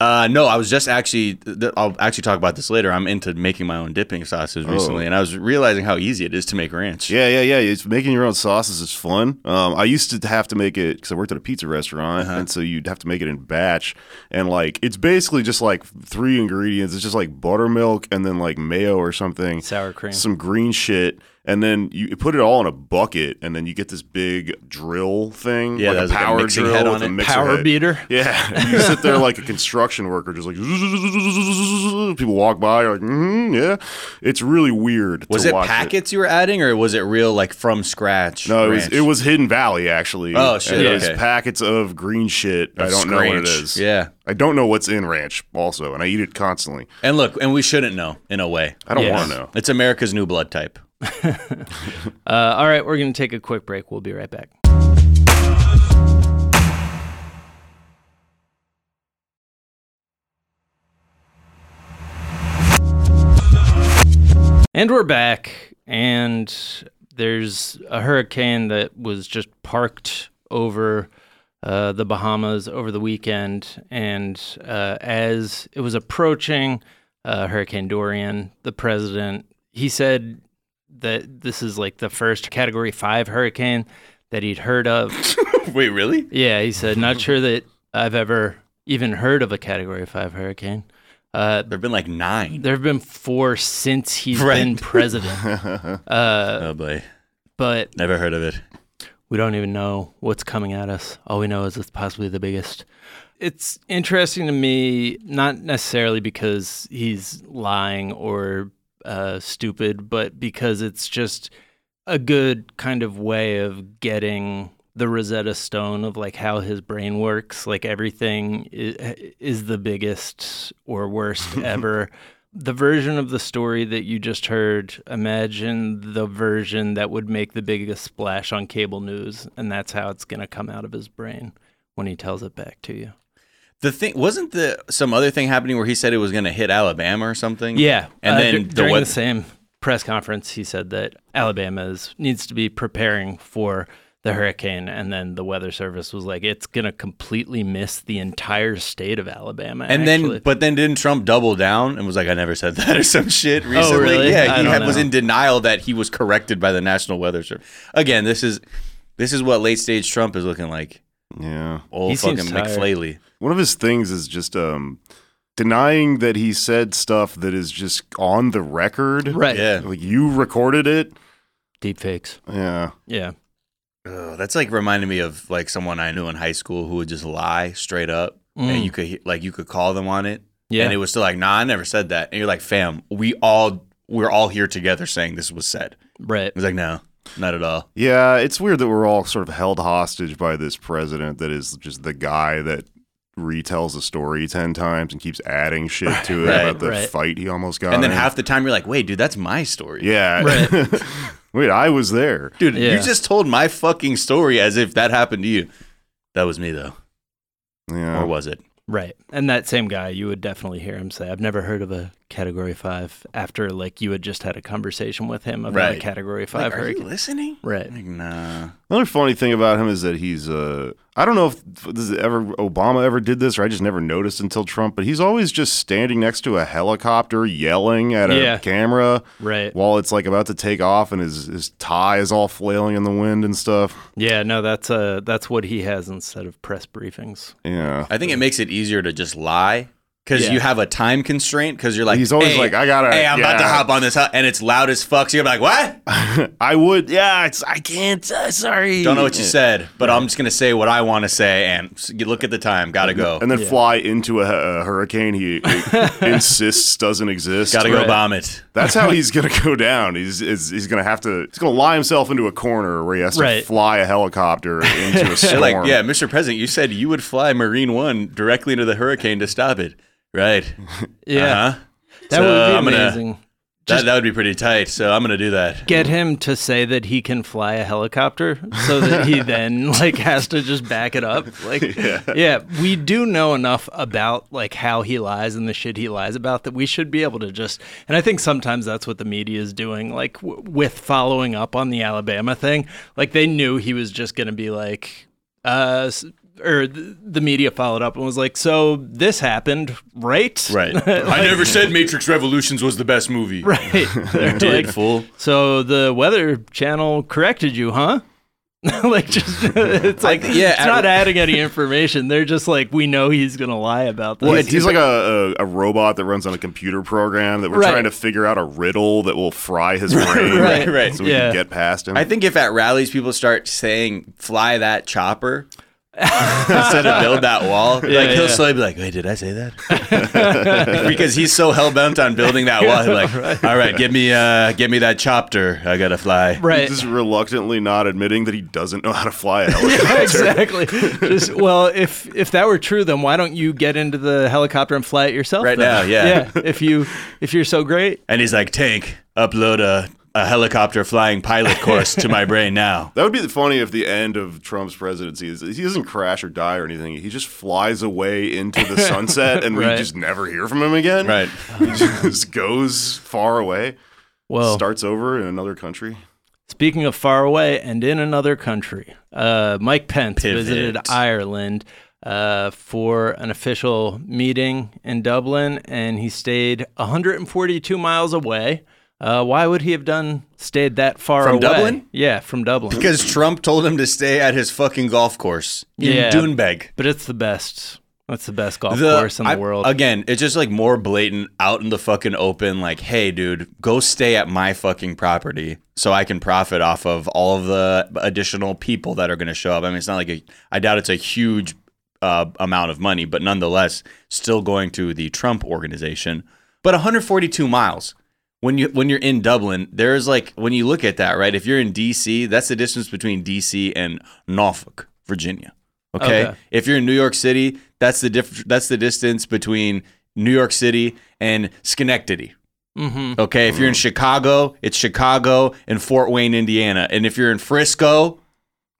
[SPEAKER 2] Uh, no, I was just actually. Th- I'll actually talk about this later. I'm into making my own dipping sauces recently, and I was realizing how easy it is to make ranch.
[SPEAKER 3] Oh. Yeah, yeah, yeah. It's making your own sauces is fun. Um, I used to have to make it because I worked at a pizza restaurant,
[SPEAKER 2] Uh-huh.
[SPEAKER 3] and so you'd have to make it in batch. And like, it's basically just like three ingredients. It's just like buttermilk and then like mayo or something,
[SPEAKER 1] Sour cream.
[SPEAKER 3] some green shit, and then you put it all in a bucket, and then you get this big drill thing,
[SPEAKER 2] Yeah, that has,
[SPEAKER 3] like a
[SPEAKER 2] like, a
[SPEAKER 3] power
[SPEAKER 2] mixing
[SPEAKER 3] drill
[SPEAKER 2] head on
[SPEAKER 3] with
[SPEAKER 2] it.
[SPEAKER 3] a mixer
[SPEAKER 1] Power
[SPEAKER 3] head.
[SPEAKER 1] beater.
[SPEAKER 3] Yeah, you sit there like a construction worker, just like people walk by, you're like, mm, yeah. It's really weird.
[SPEAKER 2] Was
[SPEAKER 3] to
[SPEAKER 2] it
[SPEAKER 3] watch
[SPEAKER 2] packets you were adding, or was it real like from scratch?
[SPEAKER 3] No, it was,
[SPEAKER 2] ranch?
[SPEAKER 3] it was Hidden Valley actually.
[SPEAKER 2] Oh, shit,
[SPEAKER 3] And It was
[SPEAKER 2] okay.
[SPEAKER 3] packets of green shit. I don't know what it
[SPEAKER 2] Scranch,
[SPEAKER 3] is.
[SPEAKER 2] Yeah,
[SPEAKER 3] I don't know what's in ranch also, and I eat it constantly.
[SPEAKER 2] and look, and we shouldn't know in a way.
[SPEAKER 3] I don't
[SPEAKER 1] Yes.
[SPEAKER 3] want to know.
[SPEAKER 2] It's America's new blood type.
[SPEAKER 1] Uh, all right, we're going to take a quick break. We'll be right back. And we're back, and there's a hurricane that was just parked over uh, the Bahamas over the weekend. And uh, as it was approaching uh, Hurricane Dorian, the president, he said that this is like the first Category 5 hurricane that he'd heard of.
[SPEAKER 2] Wait, really?
[SPEAKER 1] Yeah, he said, not sure that I've ever even heard of a Category 5 hurricane. Uh,
[SPEAKER 2] There've been like nine.
[SPEAKER 1] there have been four since he's
[SPEAKER 2] Right.
[SPEAKER 1] been president,
[SPEAKER 3] Uh.
[SPEAKER 2] oh boy,
[SPEAKER 1] but
[SPEAKER 2] never heard of it.
[SPEAKER 1] we don't even know what's coming at us. All we know is it's possibly the biggest. It's interesting to me, not necessarily because he's lying or uh, stupid, but because it's just a good kind of way of getting the Rosetta Stone of like how his brain works. Like everything is, is the biggest or worst ever. The version of the story that you just heard, imagine the version that would make the biggest splash on cable news. And that's how it's going to come out of his brain when he tells it back to you.
[SPEAKER 2] The thing wasn't the some other thing happening where he said it was going to hit Alabama or something.
[SPEAKER 1] Yeah.
[SPEAKER 2] and
[SPEAKER 1] uh,
[SPEAKER 2] then
[SPEAKER 1] dur-
[SPEAKER 2] the
[SPEAKER 1] during the
[SPEAKER 2] weather.
[SPEAKER 1] same press conference, he said that Alabama is, needs to be preparing for the hurricane. And then the Weather Service was like, it's going to completely miss the entire state of Alabama.
[SPEAKER 2] And
[SPEAKER 1] actually.
[SPEAKER 2] then, but then didn't Trump double down and was like, I never said that or some shit
[SPEAKER 1] Oh,
[SPEAKER 2] recently?
[SPEAKER 1] really?
[SPEAKER 2] Yeah,
[SPEAKER 1] I
[SPEAKER 2] he
[SPEAKER 1] don't
[SPEAKER 2] had, was
[SPEAKER 1] know.
[SPEAKER 2] in denial that he was corrected by the National Weather Service. Again, this is this is what late stage Trump is looking like.
[SPEAKER 3] Yeah.
[SPEAKER 2] Old
[SPEAKER 1] He
[SPEAKER 2] fucking
[SPEAKER 1] seems tired.
[SPEAKER 2] McFlaley.
[SPEAKER 3] One of his things is just um, denying that he said stuff that is just on the record.
[SPEAKER 1] right.
[SPEAKER 2] Yeah.
[SPEAKER 3] Like you recorded it.
[SPEAKER 1] Deep fakes.
[SPEAKER 3] Yeah.
[SPEAKER 1] Yeah.
[SPEAKER 2] Ugh, that's like reminding me of like someone I knew in high school who would just lie straight up, and
[SPEAKER 1] Mm.
[SPEAKER 2] you could he- like you could call them on it,
[SPEAKER 1] Yeah.
[SPEAKER 2] and it was still like, nah, I never said that. And you're like, fam, we all we're all here together saying this was said.
[SPEAKER 1] right.
[SPEAKER 2] It was like, no, not at all.
[SPEAKER 3] Yeah. It's weird that we're all sort of held hostage by this president that is just the guy that retells a story 10 times and keeps adding shit to it
[SPEAKER 2] Right,
[SPEAKER 3] about the
[SPEAKER 1] right.
[SPEAKER 3] fight he almost got.
[SPEAKER 2] And then
[SPEAKER 3] in.
[SPEAKER 2] half the time you're like, wait, dude, that's my story.
[SPEAKER 3] Yeah.
[SPEAKER 1] Right.
[SPEAKER 3] Wait, I was there.
[SPEAKER 2] Dude,
[SPEAKER 1] Yeah.
[SPEAKER 2] you just told my fucking story as if that happened to you. That was me though.
[SPEAKER 3] Yeah.
[SPEAKER 1] Oh,
[SPEAKER 2] Or was it?
[SPEAKER 1] Right. And that same guy, you would definitely hear him say, I've never heard of a category five after like you had just had a conversation with him about a
[SPEAKER 2] Right.
[SPEAKER 1] category
[SPEAKER 2] Like,
[SPEAKER 1] five
[SPEAKER 2] are you
[SPEAKER 1] hurricane.
[SPEAKER 2] listening?
[SPEAKER 1] Right.
[SPEAKER 2] Like, nah.
[SPEAKER 3] Another funny thing about him is that he's uh I don't know if this is ever Obama ever did this or I just never noticed until Trump, but he's always just standing next to a helicopter yelling at a
[SPEAKER 1] Yeah.
[SPEAKER 3] camera
[SPEAKER 1] Right.
[SPEAKER 3] while it's like about to take off and his his tie is all flailing in the wind and stuff.
[SPEAKER 1] Yeah, no, that's uh that's what he has instead of press briefings.
[SPEAKER 2] Uh-huh.
[SPEAKER 3] Yeah.
[SPEAKER 2] I think it makes it easier to just lie because
[SPEAKER 1] Yeah.
[SPEAKER 2] you have a time constraint because you're like,
[SPEAKER 3] He's always
[SPEAKER 2] "Hey,
[SPEAKER 3] like, I gotta-
[SPEAKER 2] Hey, I'm about to
[SPEAKER 3] yeah."
[SPEAKER 2] hop on this, hu- and it's loud as fuck. So you're like, what? I
[SPEAKER 3] I would yeah, it's I can't uh, sorry.
[SPEAKER 2] don't know what you said, but I'm just gonna say what I want to say, and s- you look at the time, gotta go,
[SPEAKER 3] and then fly into a, a hurricane he insists doesn't exist.
[SPEAKER 2] gotta go
[SPEAKER 1] Right.
[SPEAKER 2] bomb it.
[SPEAKER 3] That's how he's gonna go down. He's is, he's gonna have to. He's gonna lie himself into a corner where he has to
[SPEAKER 1] Right.
[SPEAKER 3] fly a helicopter into a
[SPEAKER 2] They're
[SPEAKER 3] storm.
[SPEAKER 2] like, yeah, Mr. President, you said you would fly Marine One directly into the hurricane to stop it, right?
[SPEAKER 1] Yeah.
[SPEAKER 2] Uh-huh.
[SPEAKER 1] That would be
[SPEAKER 2] So I'm gonna-
[SPEAKER 1] amazing.
[SPEAKER 2] That, that would be pretty tight. So I'm gonna do that.
[SPEAKER 1] Get him to say that he can fly a helicopter so that he then like has to just back it up. Like yeah. we do know enough about like how he lies and the shit he lies about that we should be able to just and I think sometimes that's what the media is doing like w- with following up on the Alabama thing. Like they knew he was just going to be like uh s- or th- the media followed up and was like, "So this happened, right?"
[SPEAKER 2] Right. I never said Matrix Revolutions was the best movie.
[SPEAKER 1] Right. They're
[SPEAKER 2] You did,
[SPEAKER 1] like,
[SPEAKER 2] fool.
[SPEAKER 1] So the Weather Channel corrected you, huh? like just it's like
[SPEAKER 2] yeah,
[SPEAKER 1] it's not
[SPEAKER 2] I-
[SPEAKER 1] adding any information. They're just like we know he's gonna lie about this.
[SPEAKER 3] Well, he's like a, a, a robot that runs on a computer program that we're
[SPEAKER 1] Right.
[SPEAKER 3] trying to figure out a riddle that will fry his brain,
[SPEAKER 1] right,
[SPEAKER 2] right.
[SPEAKER 3] So we
[SPEAKER 1] Yeah.
[SPEAKER 3] can get past him.
[SPEAKER 2] I think if at rallies people start saying "fly that chopper" instead of "build that wall," like he'll
[SPEAKER 1] yeah.
[SPEAKER 2] slowly be like, "Wait, did I say that?" because he's so hell bent on building that wall. He's like, "All right, give me, uh, give me that chopper. I gotta fly."
[SPEAKER 1] right.
[SPEAKER 3] he's just reluctantly not admitting that he doesn't know how to fly a helicopter.
[SPEAKER 1] exactly. Just, well, if if that were true, then why don't you get into the helicopter and fly it yourself?
[SPEAKER 2] Right
[SPEAKER 1] then?
[SPEAKER 2] now, yeah.
[SPEAKER 1] Yeah. If you if you're so great,
[SPEAKER 2] And he's like, "Tank, upload a, a helicopter flying pilot course to my brain now."
[SPEAKER 3] That would be funny if the end of Trump's presidency is he doesn't crash or die or anything. He just flies away into the sunset, and
[SPEAKER 1] Right.
[SPEAKER 3] we just never hear from him again.
[SPEAKER 2] Right.
[SPEAKER 3] he just goes far away.
[SPEAKER 1] well,
[SPEAKER 3] starts over in another country.
[SPEAKER 1] Speaking of far away and in another country, uh, Mike Pence
[SPEAKER 2] Pivot.
[SPEAKER 1] visited Ireland uh, for an official meeting in Dublin, and he stayed 142 miles away. Uh, why would he have done stayed that far
[SPEAKER 2] From
[SPEAKER 1] away?
[SPEAKER 2] Dublin?
[SPEAKER 1] Yeah, from Dublin.
[SPEAKER 2] Because Trump told him to stay at his fucking golf course in
[SPEAKER 1] Yeah.
[SPEAKER 2] Dunbeg.
[SPEAKER 1] But it's the best. That's the best golf course in the
[SPEAKER 2] I-
[SPEAKER 1] world.
[SPEAKER 2] Again, it's just like more blatant out in the fucking open. Like, hey, dude, go stay at my fucking property so I can profit off of all of the additional people that are going to show up. I mean, it's not like a, I doubt it's a huge uh, amount of money, but nonetheless, still going to the Trump organization. But 142 miles. When you when you're in Dublin, there's like when you look at that, right? If you're in DC, that's the distance between DC and Norfolk, Virginia. Okay?
[SPEAKER 1] Okay.
[SPEAKER 2] If you're in New York City, that's the diff- that's the distance between New York City and Schenectady.
[SPEAKER 1] hmm
[SPEAKER 2] Okay? If you're in Chicago, it's Chicago and Fort Wayne, Indiana. And if you're in Frisco,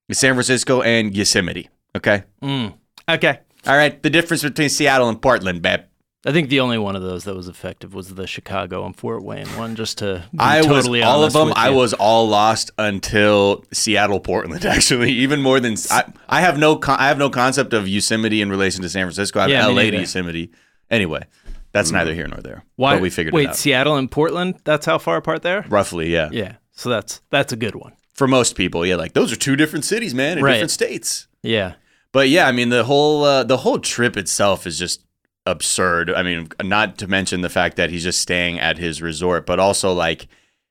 [SPEAKER 2] it's San Francisco and Yosemite. Okay?
[SPEAKER 1] Mm. Okay.
[SPEAKER 2] All right, the difference between Seattle and Portland, babe.
[SPEAKER 1] I think the only one of those that was effective was the Chicago and Fort Wayne one. Just to be
[SPEAKER 2] I
[SPEAKER 1] totally
[SPEAKER 2] was all of
[SPEAKER 1] honest
[SPEAKER 2] them.
[SPEAKER 1] with
[SPEAKER 2] I
[SPEAKER 1] you.
[SPEAKER 2] was all lost until Seattle, Portland. Actually, even more than I, I have no con- I have no concept of Yosemite in relation to San Francisco. I have
[SPEAKER 1] Yeah, me
[SPEAKER 2] L.A. to
[SPEAKER 1] neither. Mm.
[SPEAKER 2] Yosemite. Anyway, that's neither here nor there.
[SPEAKER 1] Why
[SPEAKER 2] But we figured
[SPEAKER 1] wait,
[SPEAKER 2] it out
[SPEAKER 1] Seattle and Portland. That's how far apart they are.
[SPEAKER 2] roughly. Yeah.
[SPEAKER 1] Yeah, so that's that's a good one.
[SPEAKER 2] for most people, yeah, like those are two different cities, man, in
[SPEAKER 1] Right.
[SPEAKER 2] different states.
[SPEAKER 1] Yeah,
[SPEAKER 2] But yeah, I mean the whole uh, the whole trip itself is just absurd. I mean, not to mention the fact that he's just staying at his resort, but also like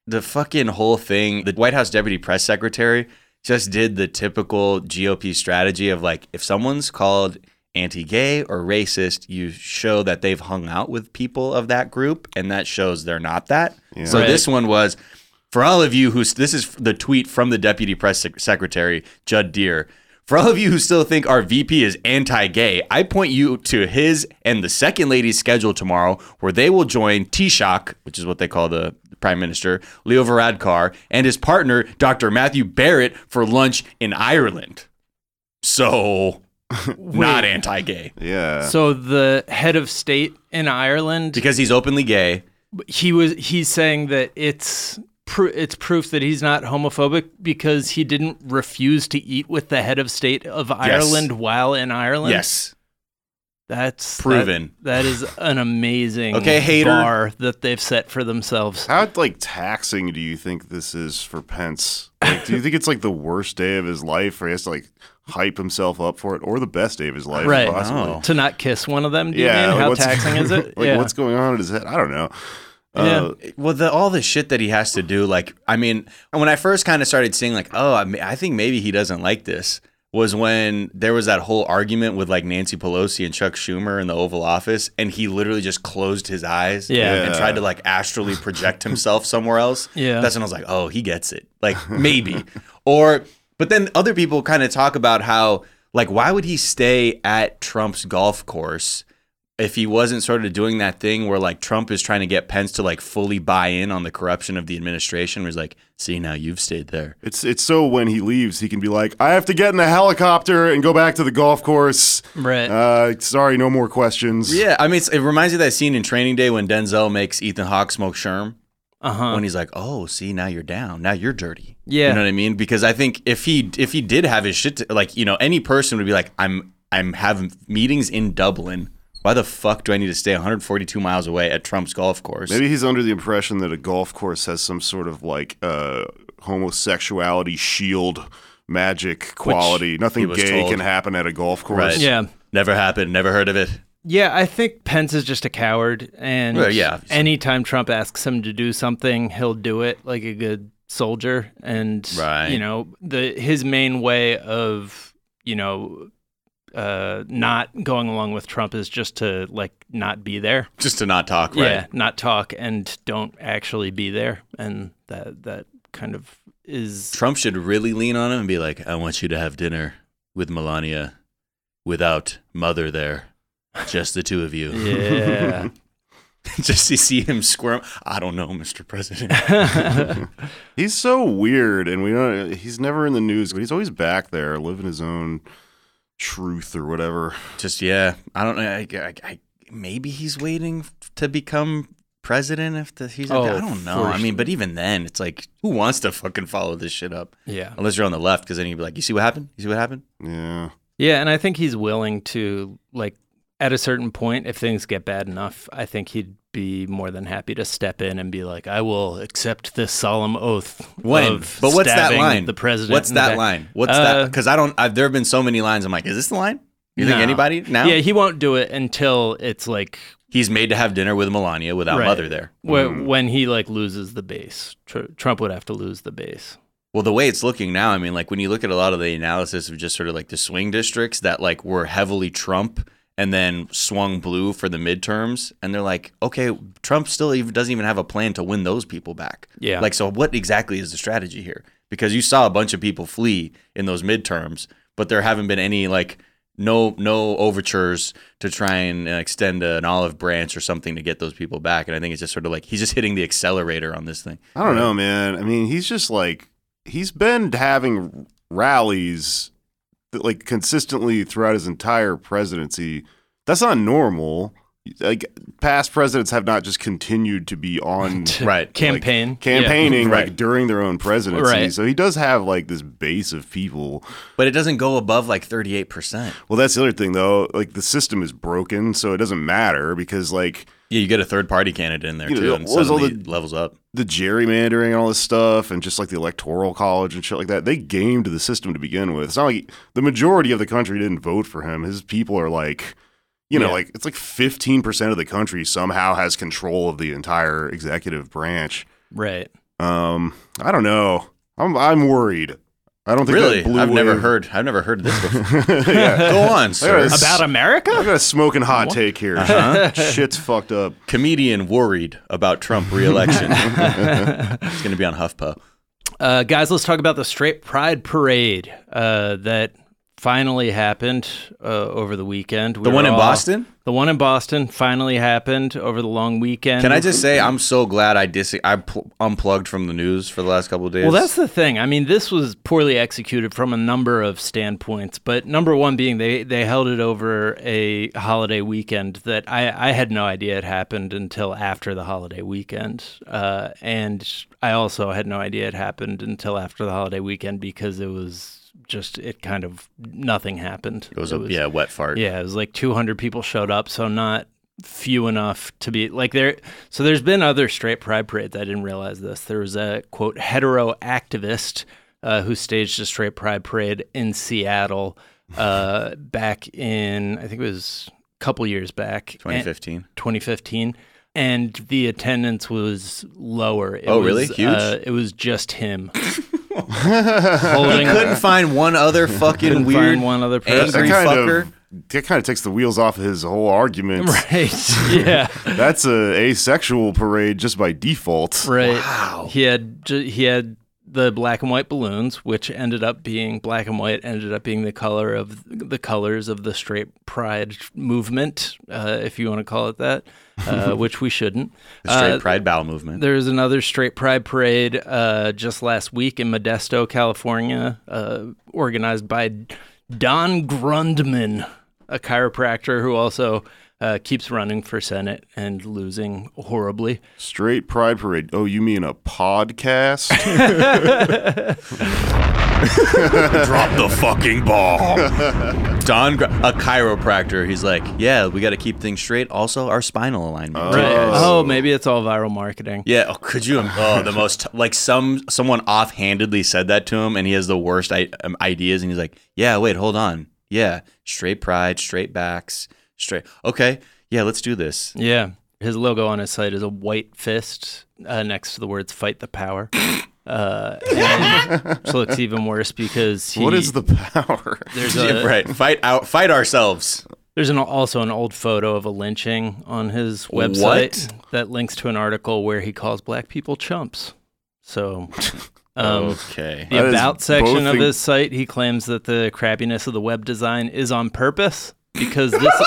[SPEAKER 2] the fucking whole thing. The White House deputy press secretary just did the typical GOP strategy of like if someone's called anti-gay or racist, you show that they've hung out with people of that group and that shows they're not that. So
[SPEAKER 1] Right.
[SPEAKER 2] this one was for all of you who this is the tweet from the deputy press sec- secretary Judd Deere. For all of you who still think our VP is anti-gay, I point you to his and the second lady's schedule tomorrow, where they will join Taoiseach, which is what they call the prime minister, Leo Varadkar, and his partner Dr. Matthew Barrett for lunch in Ireland. So, not anti-gay
[SPEAKER 3] Yeah.
[SPEAKER 1] So the head of state in Ireland,
[SPEAKER 2] because he's openly gay.
[SPEAKER 1] he was he's saying that it's pr- it's proof that he's not homophobic because he didn't refuse to eat with the head of state of Ireland while in Ireland.
[SPEAKER 2] Yes.
[SPEAKER 1] that's that-
[SPEAKER 2] Proven.
[SPEAKER 1] that is an amazing
[SPEAKER 2] Okay, hater.
[SPEAKER 1] bar that they've set for themselves.
[SPEAKER 3] How like taxing do you think this is for Pence? Like, do you think it's like the worst day of his life, or he has to like hype himself up for it, or the best day of his life?
[SPEAKER 1] Right.
[SPEAKER 3] Possibly.
[SPEAKER 2] Oh.
[SPEAKER 1] To not kiss one of them, do you mean?
[SPEAKER 3] like,
[SPEAKER 1] How
[SPEAKER 3] what's-
[SPEAKER 1] taxing is it?
[SPEAKER 3] like
[SPEAKER 1] yeah.
[SPEAKER 3] what's going on in his head? I don't know. Uh,
[SPEAKER 1] Yeah.
[SPEAKER 2] Well, the, all the shit that he has to do, like, I mean, when I first kind of started seeing, like, oh, I, mean, I think maybe he doesn't like this, was when there was that whole argument with like Nancy Pelosi and Chuck Schumer in the Oval Office, and he literally just closed his eyes,
[SPEAKER 1] Yeah.
[SPEAKER 2] and tried to like astrally project himself somewhere else.
[SPEAKER 1] Yeah.
[SPEAKER 2] that's when I was like, oh, he gets it, like maybe, or but then other people kind of talk about how like why would he stay at Trump's golf course? if he wasn't sort of doing that thing where like Trump is trying to get Pence to like fully buy in on the corruption of the administration, where he's like, see, now you've stayed there.
[SPEAKER 3] It's it's so when he leaves, he can be like, I have to get in the helicopter and go back to the golf course.
[SPEAKER 1] Right.
[SPEAKER 3] Uh, sorry, no more questions.
[SPEAKER 2] Yeah, I mean, it's, it reminds me of that scene in Training Day when Denzel makes Ethan Hawke smoke Sherm.
[SPEAKER 1] Uh-huh.
[SPEAKER 2] When he's like, "Oh, see, now you're down. Now you're dirty."
[SPEAKER 1] Yeah.
[SPEAKER 2] you know what I mean. Because I think if he if he did have his shit, to, like you know, any person would be like, "I'm I'm having meetings in Dublin. Why the fuck do I need to stay 142 miles away at Trump's golf course?"
[SPEAKER 3] Maybe he's under the impression that a golf course has some sort of like uh, homosexuality shield magic quality. Nothing
[SPEAKER 2] was
[SPEAKER 3] gay
[SPEAKER 2] told.
[SPEAKER 3] can happen at a golf course.
[SPEAKER 2] Right.
[SPEAKER 1] Yeah.
[SPEAKER 2] Never happened. Never heard of it.
[SPEAKER 1] Yeah, I think Pence is just a coward, and
[SPEAKER 2] Well, yeah.
[SPEAKER 1] anytime Trump asks him to do something, he'll do it like a good soldier. And
[SPEAKER 2] Right.
[SPEAKER 1] you know, the his main way of you know uh, not going along with Trump is just to like not be there.
[SPEAKER 2] Just to not talk. Right.
[SPEAKER 1] Yeah, not talk and don't actually be there, and that that kind of is
[SPEAKER 2] Trump should really lean on him and be like, I want you to have dinner with Melania without mother there. Just the two of you.
[SPEAKER 1] yeah.
[SPEAKER 2] Just to see him squirm. I don't know, Mr. President.
[SPEAKER 3] He's so weird, and we don't. He's never in the news, but he's always back there, living his own truth or whatever.
[SPEAKER 2] Just, yeah. I don't know. I, I, I, maybe he's waiting to become president if the, he's.
[SPEAKER 1] Oh,
[SPEAKER 2] I don't know.
[SPEAKER 1] for
[SPEAKER 2] I mean, but even then, it's like, who wants to fucking follow this shit up?
[SPEAKER 1] yeah.
[SPEAKER 2] Unless you're on the left, because then you'd be like, you see what happened? You see what happened?
[SPEAKER 3] Yeah.
[SPEAKER 1] Yeah, and I think he's willing to like at a certain point if things get bad enough, I think he'd be more than happy to step in and be like, "I will accept this solemn oath."
[SPEAKER 2] When?
[SPEAKER 1] of
[SPEAKER 2] But what's that
[SPEAKER 1] stabbing
[SPEAKER 2] line?
[SPEAKER 1] The president.
[SPEAKER 2] What's
[SPEAKER 1] in the
[SPEAKER 2] that
[SPEAKER 1] back."
[SPEAKER 2] line? What's
[SPEAKER 1] Uh,
[SPEAKER 2] that? Because I don't. I've, there have been so many lines. I'm like, is this the line? You think
[SPEAKER 1] No.
[SPEAKER 2] anybody now?
[SPEAKER 1] Yeah, he won't do it until it's like
[SPEAKER 2] He's made to have dinner with Melania without
[SPEAKER 1] Right.
[SPEAKER 2] mother there.
[SPEAKER 1] wh- when he like loses the base. Tr- Trump would have to lose the base.
[SPEAKER 2] Well, the way it's looking now, I mean, like when you look at a lot of the analysis of just sort of like the swing districts that like were heavily Trump and then swung blue for the midterms, and they're like, okay, Trump still even doesn't even have a plan to win those people back.
[SPEAKER 1] Yeah.
[SPEAKER 2] Like, so what exactly is the strategy here? Because you saw a bunch of people flee in those midterms, but there haven't been any like no no overtures to try and uh, extend an olive branch or something to get those people back. And I think it's just sort of like he's just hitting the accelerator on this thing.
[SPEAKER 3] I don't know, man. I mean, he's just like he's been having rallies that, like consistently throughout his entire presidency. That's not normal. like past presidents have not just continued to be on
[SPEAKER 2] Right.
[SPEAKER 1] Campaign.
[SPEAKER 3] like, campaigning
[SPEAKER 2] Yeah. Right.
[SPEAKER 3] like during their own presidency.
[SPEAKER 1] Right.
[SPEAKER 3] So he does have like this base of people.
[SPEAKER 2] But it doesn't go above like 38%.
[SPEAKER 3] Well, that's the other thing though. Like the system is broken, so it doesn't matter because like
[SPEAKER 2] Yeah, you get a third party candidate in there
[SPEAKER 3] You know,
[SPEAKER 2] too, and
[SPEAKER 3] what was all
[SPEAKER 2] suddenly
[SPEAKER 3] the-
[SPEAKER 2] it levels up.
[SPEAKER 3] the gerrymandering and all this stuff and just like the electoral college and shit like that, they gamed the system to begin with. It's not like the majority of the country didn't vote for him. His people are like, you know,
[SPEAKER 2] Yeah.
[SPEAKER 3] like it's like 15% of the country somehow has control of the entire executive branch.
[SPEAKER 1] Right.
[SPEAKER 3] Um, I don't know. I'm I'm worried. I don't think that
[SPEAKER 2] Really?
[SPEAKER 3] blue
[SPEAKER 2] I've never
[SPEAKER 3] wave-
[SPEAKER 2] heard I've never heard this before.
[SPEAKER 3] yeah.
[SPEAKER 2] go on, sir.
[SPEAKER 3] Yes.
[SPEAKER 1] About
[SPEAKER 3] I
[SPEAKER 1] America?
[SPEAKER 3] got a smoking hot take here.
[SPEAKER 2] Uh-huh.
[SPEAKER 3] Shit's fucked up.
[SPEAKER 2] Comedian worried about Trump reelection. it's going to be on HuffPo.
[SPEAKER 1] Uh, guys, let's talk about the Straight Pride Parade uh, that finally happened uh, over the weekend. We
[SPEAKER 2] The
[SPEAKER 1] were
[SPEAKER 2] one in
[SPEAKER 1] all-
[SPEAKER 2] Boston?
[SPEAKER 1] The one in Boston finally happened over the long weekend.
[SPEAKER 2] Can I just say I'm so glad I dis I pl- unplugged from the news for the last couple of days.
[SPEAKER 1] Well, that's the thing. I mean, this was poorly executed from a number of standpoints, but number one being they, they held it over a holiday weekend that I, I had no idea it happened until after the holiday weekend. Uh, and I also had no idea it happened until after the holiday weekend because it was just, it kind of, nothing happened.
[SPEAKER 2] it was a yeah wet fart.
[SPEAKER 1] Yeah, it was like 200 people showed up, so not few enough to be like there. So there's been other straight pride parades. I didn't realize this. There was a quote hetero activist uh, who staged a straight pride parade in Seattle uh, back in I think it was a couple years back, And-
[SPEAKER 2] 2015.
[SPEAKER 1] 2015. And the attendance was lower. It
[SPEAKER 2] Oh,
[SPEAKER 1] was,
[SPEAKER 2] really? Huge?
[SPEAKER 1] Uh, it was just him holding
[SPEAKER 2] Couldn't find one other fucking
[SPEAKER 1] couldn't
[SPEAKER 2] weird
[SPEAKER 1] find one other
[SPEAKER 2] angry
[SPEAKER 1] person.
[SPEAKER 3] kind
[SPEAKER 2] fucker.
[SPEAKER 3] of that kind of takes the wheels off of his whole argument.
[SPEAKER 1] Right. Yeah.
[SPEAKER 3] That's a asexual parade just by default.
[SPEAKER 1] Right. He had ju- he had the black and white balloons, which ended up being black and white, ended up being the color of the colors of the straight pride movement, uh, if you want to call it that, uh, which we shouldn't.
[SPEAKER 2] The straight
[SPEAKER 1] Uh,
[SPEAKER 2] pride bow movement.
[SPEAKER 1] there was another straight pride parade uh, just last week in Modesto, California, uh, organized by Don Grundman, a chiropractor who also uh, keeps running for Senate and losing horribly.
[SPEAKER 3] Straight pride parade. Oh, you mean a podcast?
[SPEAKER 2] Drop the fucking ball. Don, Gr- a chiropractor, he's like, yeah, we got to keep things straight. Also, our spinal alignment. too, guys."
[SPEAKER 1] Oh, maybe it's all viral marketing.
[SPEAKER 2] Yeah, oh, could you? Oh, the most like some someone offhandedly said that to him, and he has the worst I- um, ideas, and he's like, "Yeah, wait, hold on. Yeah, straight pride, straight backs, straight. Okay, yeah, let's do this.
[SPEAKER 1] Yeah. His logo on his site is a white fist uh, next to the words fight the power. Uh, and which looks even worse because he,
[SPEAKER 3] what is the power?
[SPEAKER 1] there's, a,
[SPEAKER 2] right, fight out, fight ourselves.
[SPEAKER 1] there's an, also an old photo of a lynching on his website that links to an article where he calls black people chumps. So,
[SPEAKER 3] Oh,
[SPEAKER 1] um,
[SPEAKER 2] okay,
[SPEAKER 1] the
[SPEAKER 2] Uh,
[SPEAKER 3] That is
[SPEAKER 1] about section
[SPEAKER 3] both
[SPEAKER 1] of
[SPEAKER 3] in-
[SPEAKER 1] his site, he claims that the crappiness of the web design is on purpose because this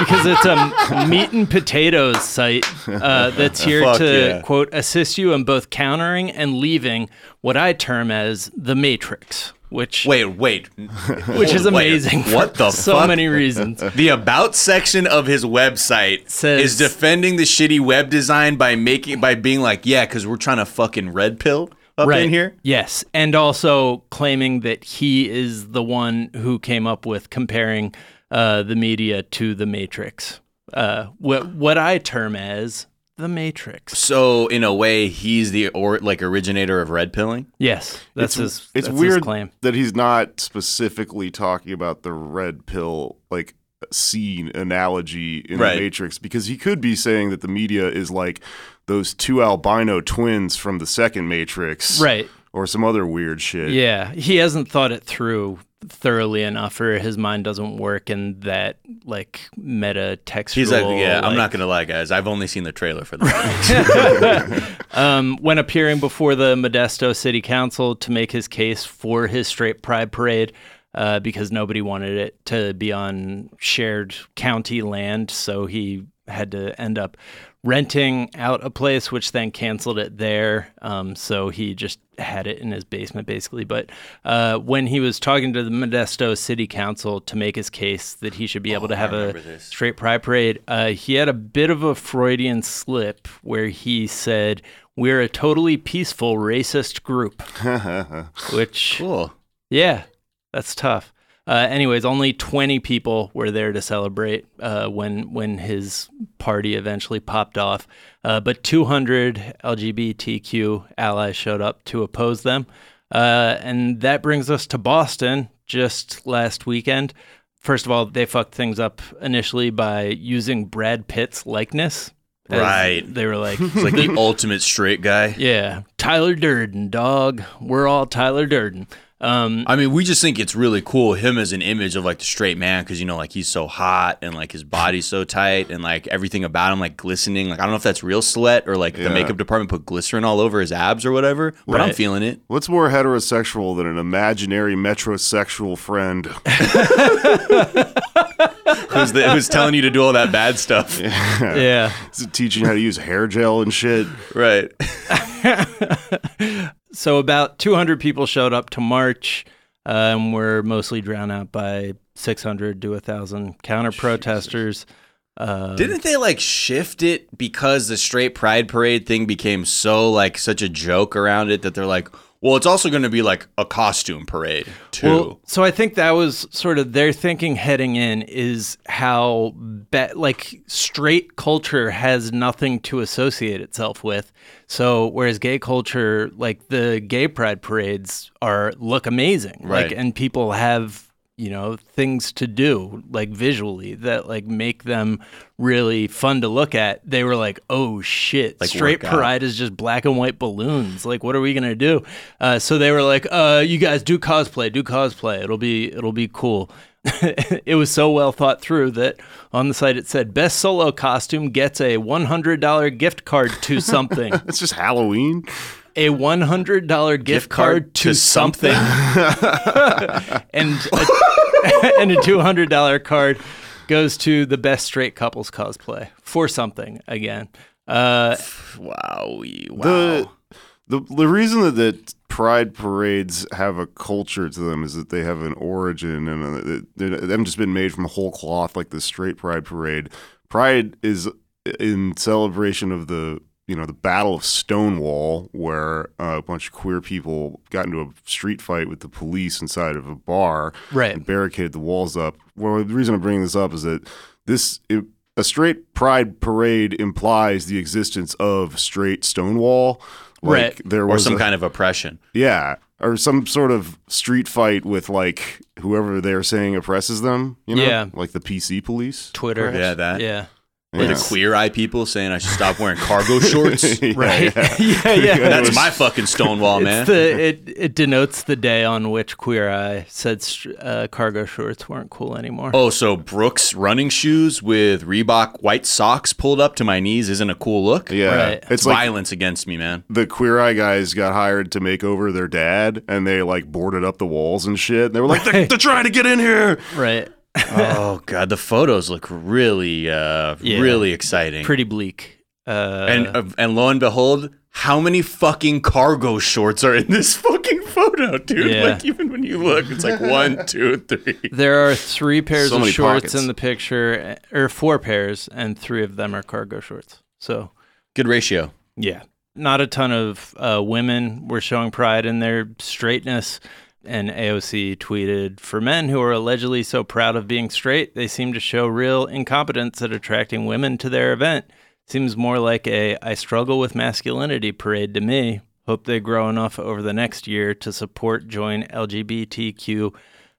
[SPEAKER 1] because it's a meat and potatoes site uh, that's here
[SPEAKER 2] Fuck
[SPEAKER 1] to
[SPEAKER 2] yeah.
[SPEAKER 1] quote assist you in both countering and leaving what I term as the matrix, which
[SPEAKER 2] wait, wait,
[SPEAKER 1] which is amazing. for
[SPEAKER 2] What the
[SPEAKER 1] so
[SPEAKER 2] fuck?
[SPEAKER 1] many reasons.
[SPEAKER 2] The about section of his website
[SPEAKER 1] Says-
[SPEAKER 2] is defending the shitty web design by making by being like, yeah, because we're trying to fucking red pill up in here.
[SPEAKER 1] Yes, and also claiming that he is the one who came up with comparing uh, the media to the Matrix. Uh, what what I term as the Matrix.
[SPEAKER 2] So in a way, he's the or like originator of red pilling.
[SPEAKER 1] Yes, that's his.
[SPEAKER 3] It's
[SPEAKER 1] that's his
[SPEAKER 3] weird
[SPEAKER 1] claim.
[SPEAKER 3] that he's not specifically talking about the red pill like scene analogy in
[SPEAKER 2] Right.
[SPEAKER 3] the Matrix because he could be saying that the media is like those two albino twins from the second Matrix,
[SPEAKER 1] Right.
[SPEAKER 3] Or some other weird shit.
[SPEAKER 1] Yeah, he hasn't thought it through thoroughly enough, or his mind doesn't work in that like meta textual.
[SPEAKER 2] He's like, yeah, I'm
[SPEAKER 1] like,
[SPEAKER 2] not gonna lie, guys. I've only seen the trailer for that.
[SPEAKER 1] Um, when appearing before the Modesto City Council to make his case for his straight pride parade, uh, because nobody wanted it to be on shared county land, so he had to end up renting out a place, which then canceled it there. Um, so he just had it in his basement, basically. But uh, when he was talking to the Modesto City Council to make his case that he should be able to have a
[SPEAKER 2] Oh, remember this.
[SPEAKER 1] straight pride parade, uh, he had a bit of a Freudian slip where he said, "We're a totally peaceful racist group," which
[SPEAKER 2] Cool.
[SPEAKER 1] yeah, that's tough. Uh, anyways, only 20 people were there to celebrate uh, when when his party eventually popped off. Uh, but 200 LGBTQ allies showed up to oppose them, uh, and that brings us to Boston just last weekend. First of all, they fucked things up initially by using Brad Pitt's likeness. as
[SPEAKER 2] Right.
[SPEAKER 1] They were like,
[SPEAKER 2] It's like the ultimate straight guy.
[SPEAKER 1] "Yeah, Tyler Durden, dog. We're all Tyler Durden." Um,
[SPEAKER 2] I mean, we just think it's really cool him as an image of like the straight man because you know, like he's so hot and like his body's so tight and like everything about him like glistening. Like I don't know if that's real sweat or like the
[SPEAKER 3] Yeah.
[SPEAKER 2] makeup department put glycerin all over his abs or whatever, but I'm
[SPEAKER 1] Right.
[SPEAKER 2] feeling it.
[SPEAKER 3] What's more heterosexual than an imaginary metrosexual friend?
[SPEAKER 2] Who's the, who's telling you to do all that bad stuff?
[SPEAKER 1] yeah.
[SPEAKER 3] Is it teaching you how to use hair gel and shit?
[SPEAKER 2] Right.
[SPEAKER 1] so about 200 people showed up to march uh, and were mostly drowned out by 600 to 1000 counter protesters uh,
[SPEAKER 2] Didn't they like shift it because the straight pride parade thing became so like such a joke around it that they're like, well, it's also going to be like a costume parade too.
[SPEAKER 1] well, so i think that was sort of their thinking heading in is how be- like straight culture has nothing to associate itself with so whereas gay culture like the gay pride parades are look amazing
[SPEAKER 2] Right.
[SPEAKER 1] like and people have you know things to do like visually that like make them really fun to look at they were like oh shit
[SPEAKER 2] Like
[SPEAKER 1] straight
[SPEAKER 2] work out.
[SPEAKER 1] pride is just black and white balloons like what are we gonna do uh, so they were like uh, you guys do cosplay do cosplay it'll be it'll be cool it was so well thought through that on the site it said best solo costume gets a $100 gift card to something
[SPEAKER 3] It's just Halloween.
[SPEAKER 1] a one hundred dollar gift, card,
[SPEAKER 2] card
[SPEAKER 1] to,
[SPEAKER 2] to
[SPEAKER 1] something, and a, and a two hundred dollar card goes to the best straight couples cosplay for something again. Uh,
[SPEAKER 2] wow, wow.
[SPEAKER 3] The the the reason that, that pride parades have a culture to them is that they have an origin and uh, they- they haven't just been made from whole cloth like the straight pride parade. Pride is in celebration of the you know the Battle of Stonewall, where uh, a bunch of queer people got into a street fight with the police inside of a bar
[SPEAKER 1] Right.
[SPEAKER 3] and barricaded the walls up. Well, the reason I'm bringing this up is that this. It, a straight pride parade implies the existence of straight Stonewall. Like
[SPEAKER 1] Right.
[SPEAKER 3] there
[SPEAKER 2] or
[SPEAKER 3] was
[SPEAKER 2] some
[SPEAKER 3] a-
[SPEAKER 2] kind of oppression.
[SPEAKER 3] yeah, or some sort of street fight with like whoever they're saying oppresses them. You know,
[SPEAKER 1] Yeah.
[SPEAKER 3] like the PC police.
[SPEAKER 1] Twitter,
[SPEAKER 2] Yeah, that.
[SPEAKER 1] yeah,
[SPEAKER 2] Or the
[SPEAKER 3] Yeah.
[SPEAKER 2] queer eye people saying I should stop wearing cargo shorts.
[SPEAKER 3] Yeah,
[SPEAKER 1] right,
[SPEAKER 3] yeah.
[SPEAKER 1] yeah, yeah.
[SPEAKER 2] That's my fucking Stonewall, man.
[SPEAKER 1] It's the, it it denotes the day on which Queer Eye said str- uh, cargo shorts weren't cool anymore.
[SPEAKER 2] oh, so Brooks running shoes with Reebok white socks pulled up to my knees isn't a cool look.
[SPEAKER 3] Yeah,
[SPEAKER 1] Right.
[SPEAKER 3] it's
[SPEAKER 2] It's
[SPEAKER 3] like
[SPEAKER 2] violence against me, man.
[SPEAKER 3] the queer eye guys got hired to make over their dad, and they like boarded up the walls and shit. They were like, they're, they're trying to get in here.
[SPEAKER 1] Right,
[SPEAKER 2] oh god, the photos look really, uh,
[SPEAKER 1] Yeah.
[SPEAKER 2] really exciting.
[SPEAKER 1] pretty bleak. Uh,
[SPEAKER 2] and uh, and lo and behold, how many fucking cargo shorts are in this fucking photo, dude?
[SPEAKER 1] Yeah.
[SPEAKER 2] Like even when you look, it's like one, two, three.
[SPEAKER 1] There are three pairs
[SPEAKER 3] So
[SPEAKER 1] of
[SPEAKER 3] many
[SPEAKER 1] shorts
[SPEAKER 3] pockets.
[SPEAKER 1] in the picture, or four pairs, and three of them are cargo shorts. So,
[SPEAKER 2] Good ratio.
[SPEAKER 1] yeah, not a ton of uh, women were showing pride in their straightness. And AOC tweeted For men who are allegedly so proud of being straight, they seem to show real incompetence at attracting women to their event. Seems more like a I struggle with masculinity parade to me. Hope they grow enough over the next year to support, join LGBTQ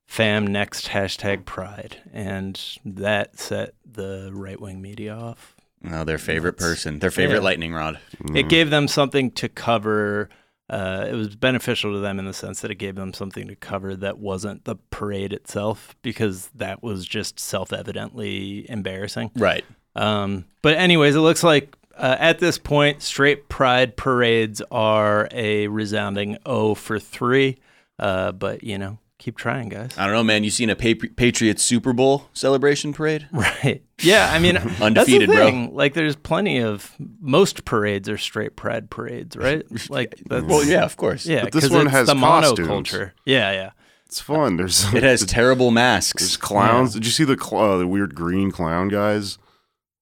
[SPEAKER 1] fam next hashtag pride. And that set the right wing media off.
[SPEAKER 2] No, their favorite person, their favorite
[SPEAKER 1] Yeah.
[SPEAKER 2] lightning rod.
[SPEAKER 1] It gave them something to cover. Uh, it was beneficial to them in the sense that it gave them something to cover that wasn't the parade itself, because that was just self evidently embarrassing.
[SPEAKER 2] Right. Hmm.
[SPEAKER 1] Um, but, anyways, it looks like uh, at this point, straight pride parades are a resounding O for three. Uh, but, you know, keep trying, guys.
[SPEAKER 2] I don't know, man. You seen a Patri- Patriots Super Bowl celebration parade?
[SPEAKER 1] Right. Yeah. I mean, that's the
[SPEAKER 2] Undefeated, bro.
[SPEAKER 1] thing. Like, there's plenty of most parades are straight pride parades, right? Like, that's,
[SPEAKER 2] Well, yeah, of course.
[SPEAKER 1] yeah.
[SPEAKER 3] But this
[SPEAKER 1] 'cause
[SPEAKER 3] one
[SPEAKER 1] it's
[SPEAKER 3] has
[SPEAKER 1] the
[SPEAKER 3] costumes.
[SPEAKER 1] monoculture. Yeah, yeah.
[SPEAKER 3] It's fun. There's
[SPEAKER 2] It has terrible masks.
[SPEAKER 3] there's clowns. Did you see the cl- uh, the weird green clown guys?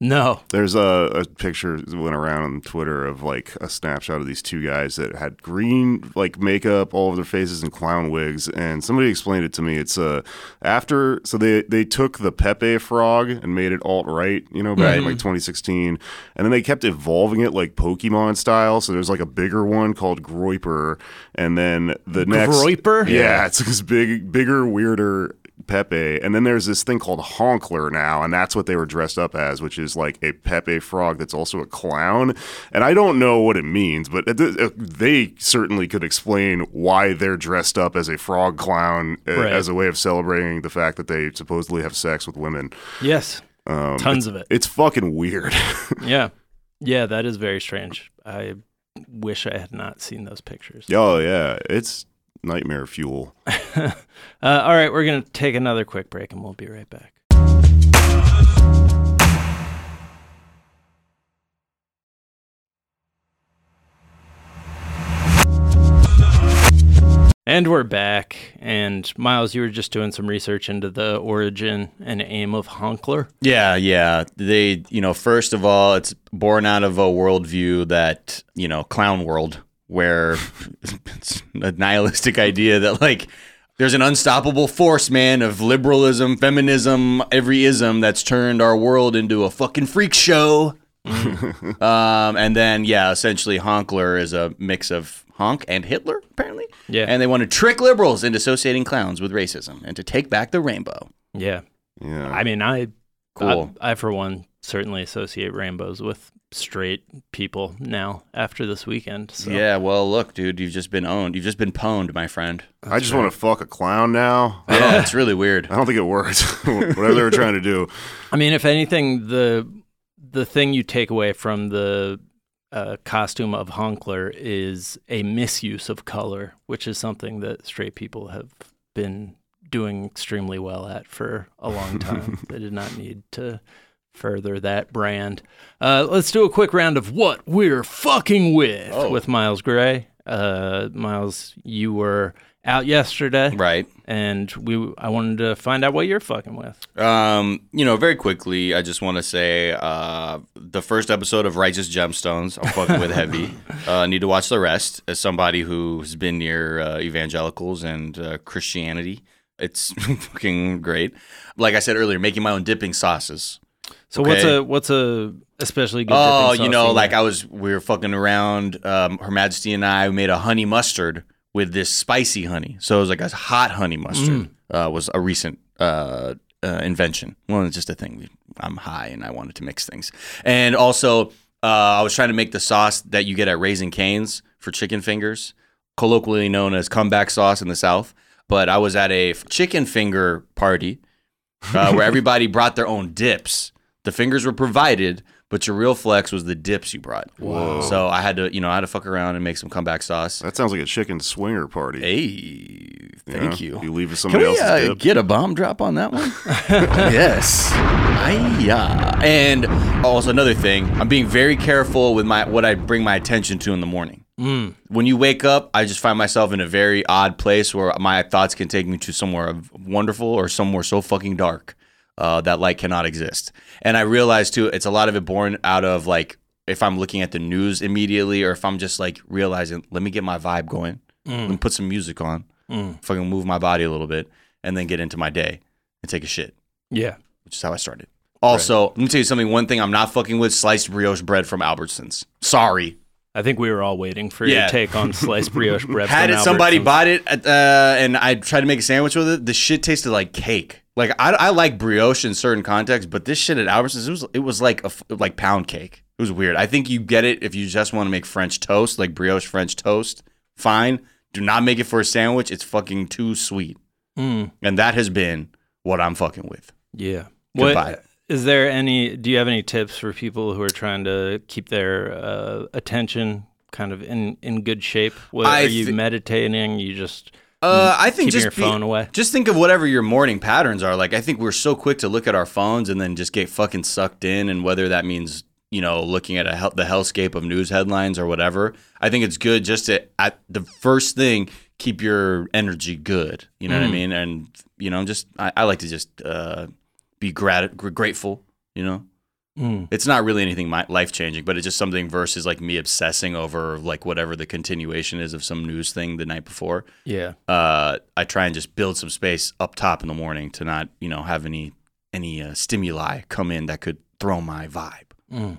[SPEAKER 1] No.
[SPEAKER 3] There's a, a picture that went around on Twitter of like a snapshot of these two guys that had green like makeup all over their faces and clown wigs. And somebody explained it to me. It's uh, after so they they took the Pepe frog and made it alt right, you know, back in like 2016, and then they kept evolving it like Pokemon style. So there's like a bigger one called Groiper, and then the next
[SPEAKER 1] Groiper?
[SPEAKER 3] yeah, it's this big, bigger, weirder Pepe. And then there's this thing called Honkler now, and that's what they were dressed up as, which is like a Pepe frog that's also a clown. And I don't know what it means, but it- it- they certainly could explain why they're dressed up as a frog clown uh,
[SPEAKER 1] Right.
[SPEAKER 3] as a way of celebrating the fact that they supposedly have sex with women.
[SPEAKER 1] Yes.
[SPEAKER 3] Um,
[SPEAKER 1] Tons of it.
[SPEAKER 3] It's fucking weird.
[SPEAKER 1] Yeah. Yeah. That is very strange. I wish I had not seen those pictures.
[SPEAKER 3] oh, yeah. It's nightmare fuel.
[SPEAKER 1] Uh, all right. We're going to take another quick break and we'll be right back. And we're back. And Miles, you were just doing some research into the origin and aim of Honkler.
[SPEAKER 2] Yeah, yeah. They, you know, first of all, it's born out of a worldview that, you know, clown world, where it's a nihilistic idea that, like, there's an unstoppable force, man, of liberalism, feminism, every ism that's turned our world into a fucking freak show. um, and then, yeah, essentially, Honkler is a mix of honk and Hitler, apparently.
[SPEAKER 1] Yeah.
[SPEAKER 2] And they want to trick liberals into associating clowns with racism and to take back the rainbow.
[SPEAKER 1] Yeah.
[SPEAKER 3] Yeah.
[SPEAKER 1] I mean, I
[SPEAKER 2] Cool.
[SPEAKER 1] I, I for one certainly associate rainbows with straight people now after this weekend. So.
[SPEAKER 2] Yeah, well, look, dude, you've just been owned. You've just been pwned, my friend.
[SPEAKER 3] I just want to fuck a clown now.
[SPEAKER 2] Yeah, it's really weird.
[SPEAKER 3] I don't think it worked. Whatever they were trying to do.
[SPEAKER 1] I mean, if anything, the the thing you take away from the uh, costume of Honkler is a misuse of color, which is something that straight people have been doing extremely well at for a long time. they did not need to further that brand. Uh, let's do a quick round of what we're fucking with with Miles Gray. Uh, Miles, you were out yesterday,
[SPEAKER 2] Right.
[SPEAKER 1] and we I wanted to find out what you're fucking with.
[SPEAKER 2] Um, you know, very quickly, I just want to say uh, the first episode of Righteous Gemstones, I'm fucking with heavy. Uh, need to watch the rest. As somebody who's been near uh, evangelicals and uh, Christianity, it's fucking great. Like I said earlier, making my own dipping sauces.
[SPEAKER 1] So what's
[SPEAKER 2] Okay.
[SPEAKER 1] a what's a especially good?
[SPEAKER 2] Oh,
[SPEAKER 1] dipping sauce
[SPEAKER 2] you know,
[SPEAKER 1] in
[SPEAKER 2] like
[SPEAKER 1] there?
[SPEAKER 2] I was, we were fucking around. Um, Her Majesty and I made a honey mustard with this spicy honey. So it was like a hot honey
[SPEAKER 1] Mm.
[SPEAKER 2] mustard. Uh, was a recent uh, uh, invention. Well, it's just a thing. I'm high and I wanted to mix things. And also, uh, I was trying to make the sauce that you get at Raising Canes for chicken fingers, colloquially known as comeback sauce in the South. But I was at a f- chicken finger party uh, where everybody brought their own dips. The fingers were provided, but your real flex was the dips you brought. Whoa. So I had to, you know, I had to fuck around and make some comeback sauce.
[SPEAKER 3] That sounds like a chicken swinger party.
[SPEAKER 2] Hey,
[SPEAKER 3] you
[SPEAKER 2] thank
[SPEAKER 3] know?
[SPEAKER 2] you.
[SPEAKER 3] You leave with
[SPEAKER 2] Can
[SPEAKER 3] somebody
[SPEAKER 2] we
[SPEAKER 3] else's
[SPEAKER 2] uh,
[SPEAKER 3] dip.
[SPEAKER 2] get a bomb drop on that one? yes. Aye. And also another thing, I'm being very careful with my what I bring my attention to in the morning.
[SPEAKER 1] Mm.
[SPEAKER 2] When you wake up, I just find myself in a very odd place where my thoughts can take me to somewhere of- wonderful or somewhere so fucking dark uh, that light cannot exist. And I realize too, it's a lot of it born out of like if I'm looking at the news immediately or if I'm just like realizing, let me get my vibe going, let me put some music on fucking move my body a little bit, and then get into my day and take a shit,
[SPEAKER 1] yeah,
[SPEAKER 2] which is how I started. Also, let me tell you something. One thing I'm not fucking with sliced brioche bread from Albertsons. Sorry.
[SPEAKER 1] I think we were all waiting for your
[SPEAKER 2] Yeah.
[SPEAKER 1] take on sliced brioche bread.
[SPEAKER 2] Had
[SPEAKER 1] from
[SPEAKER 2] it, somebody
[SPEAKER 1] Albertsons.
[SPEAKER 2] bought it, at, uh, and I tried to make a sandwich with it. The shit tasted like cake. Like I, I like brioche in certain contexts, but this shit at Albertsons, it was it was like a f- like pound cake. It was weird. I think you get it if you just want to make French toast, like brioche French toast. Fine. Do not make it for a sandwich. It's fucking too sweet.
[SPEAKER 1] Mm.
[SPEAKER 2] And that has been what I'm fucking with.
[SPEAKER 1] Yeah.
[SPEAKER 2] Goodbye.
[SPEAKER 1] What is there any? Do you have any tips for people who are trying to keep their uh, attention kind of in in good shape? What,
[SPEAKER 2] I
[SPEAKER 1] are you
[SPEAKER 2] thi-
[SPEAKER 1] meditating? You just
[SPEAKER 2] Uh, I think
[SPEAKER 1] Mm, Keeping
[SPEAKER 2] just
[SPEAKER 1] your
[SPEAKER 2] be-
[SPEAKER 1] phone away.
[SPEAKER 2] Just think of whatever your morning patterns are. Like I think we're so quick to look at our phones and then just get fucking sucked in, and whether that means you know looking at a hell- the hellscape of news headlines or whatever. I think it's good just to at the first thing keep your energy good. You know what I mean? And you know, just I, I like to just uh, be grat- gr- grateful. You know,
[SPEAKER 1] Mm.
[SPEAKER 2] it's not really anything my- life changing, but it's just something versus like me obsessing over like whatever the continuation is of some news thing the night before
[SPEAKER 1] Yeah.
[SPEAKER 2] uh, I try and just build some space up top in the morning to not, you know, have any any uh, stimuli come in that could throw my vibe.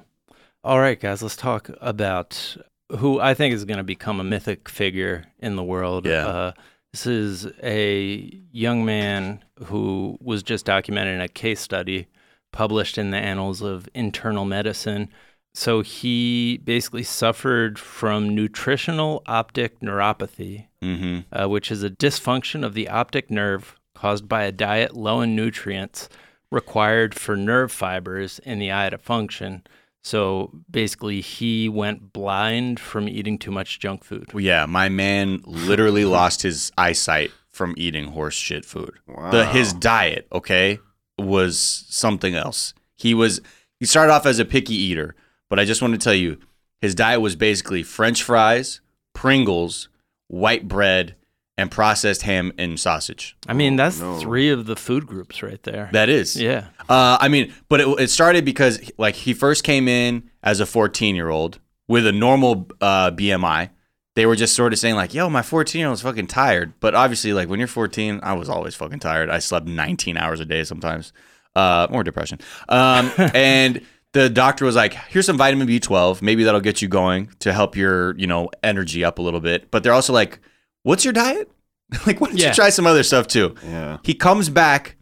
[SPEAKER 1] All right, guys, let's talk about who I think is going to become a mythic figure in the world.
[SPEAKER 2] Yeah.
[SPEAKER 1] Uh, this is a young man who was just documented in a case study published in the Annals of Internal Medicine. So he basically suffered from nutritional optic neuropathy,
[SPEAKER 2] Mm-hmm.
[SPEAKER 1] uh, which is a dysfunction of the optic nerve caused by a diet low in nutrients required for nerve fibers in the eye to function. So basically, he went blind from eating too much junk food.
[SPEAKER 2] Well, yeah, my man literally lost his eyesight from eating horse shit food. The, his diet, okay, was something else. He was he started off as a picky eater, but I just want to tell you, his diet was basically French fries, Pringles, white bread, and processed ham and sausage.
[SPEAKER 1] I mean, that's
[SPEAKER 3] no.
[SPEAKER 1] three of the food groups right there.
[SPEAKER 2] That is,
[SPEAKER 1] yeah.
[SPEAKER 2] Uh, I mean, but it, it started because like he first came in as a 14 year old with a normal uh, BMI. They were just sort of saying like, "Yo, my 14 year old's fucking tired." But obviously, like when you're 14, I was always fucking tired. I slept 19 hours a day sometimes. Uh, more depression. Um, and the doctor was like, "Here's some vitamin B12. Maybe that'll get you going to help your you know energy up a little bit." But they're also like, "What's your diet? like, why don't
[SPEAKER 1] Yeah.
[SPEAKER 2] you try some other stuff too?"
[SPEAKER 3] Yeah.
[SPEAKER 2] He comes back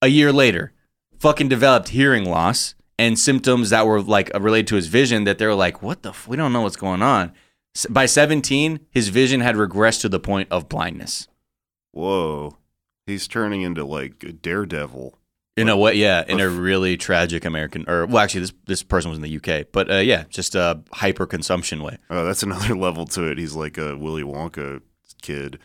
[SPEAKER 2] a year later, fucking developed hearing loss and symptoms that were like uh, related to his vision that they were like, what the, f- we don't know what's going on. S- By 17, his vision had regressed to the point of blindness.
[SPEAKER 3] Whoa. He's turning into like a daredevil.
[SPEAKER 2] In a way, yeah, in a really tragic American, or well, actually, this this person was in the UK, but uh, yeah, just a hyper consumption way.
[SPEAKER 3] Oh, that's another level to it. He's like a Willy Wonka kid.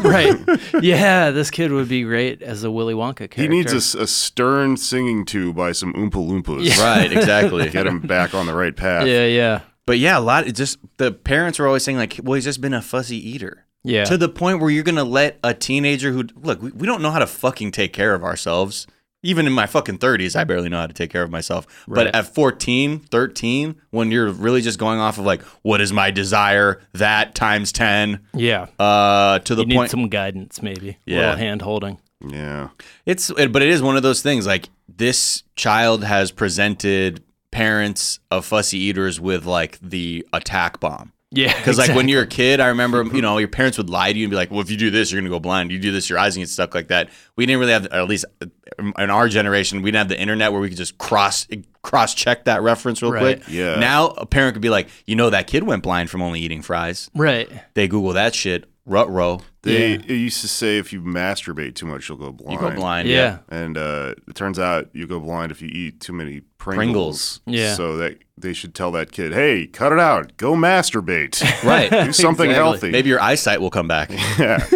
[SPEAKER 1] Right. yeah, this kid would be great as a Willy Wonka character.
[SPEAKER 3] He needs a s- a, stern singing to by some Oompa Loompas.
[SPEAKER 2] Right, exactly.
[SPEAKER 3] Get him back on the right path.
[SPEAKER 1] Yeah, yeah.
[SPEAKER 2] but yeah, a lot. It just the parents were always saying like, well, he's just been a fussy eater.
[SPEAKER 1] Yeah.
[SPEAKER 2] to the point where you're gonna let a teenager who look we, we don't know how to fucking take care of ourselves even in my fucking 30s i barely know how to take care of myself
[SPEAKER 1] Right.
[SPEAKER 2] but at 14 13 when you're really just going off of like what is my desire that times 10
[SPEAKER 1] yeah.
[SPEAKER 2] uh to the
[SPEAKER 1] You need
[SPEAKER 2] point
[SPEAKER 1] some guidance, maybe. A
[SPEAKER 2] Yeah.
[SPEAKER 1] little hand holding.
[SPEAKER 3] Yeah.
[SPEAKER 2] It's it, but it is one of those things like this child has presented parents of fussy eaters with like the attack bomb.
[SPEAKER 1] Yeah.
[SPEAKER 2] Because like when you're a kid, I remember
[SPEAKER 3] Mm-hmm.
[SPEAKER 2] you know your parents would lie to you and be like, "Well, if you do this, you're gonna go blind. You do this, your eyes gonna get stuck like that." We didn't really have, or at least uh, in our generation, we didn't have the internet where we could just cross cross check that reference real
[SPEAKER 1] Right.
[SPEAKER 2] quick.
[SPEAKER 3] Yeah.
[SPEAKER 2] Now a parent could be like, "You know that kid went blind from only eating fries."
[SPEAKER 1] Right.
[SPEAKER 2] They Google that shit. Rut row.
[SPEAKER 3] They it used to say if you masturbate too much, you'll go blind.
[SPEAKER 2] You go blind.
[SPEAKER 1] Yeah.
[SPEAKER 3] And uh, it turns out you go blind if you eat too many
[SPEAKER 2] Pringles.
[SPEAKER 3] Pringles.
[SPEAKER 1] Yeah.
[SPEAKER 3] So that they should tell that kid, hey, cut it out. Go masturbate.
[SPEAKER 2] Right.
[SPEAKER 3] Do something healthy.
[SPEAKER 2] Maybe your eyesight will come back.
[SPEAKER 3] Yeah.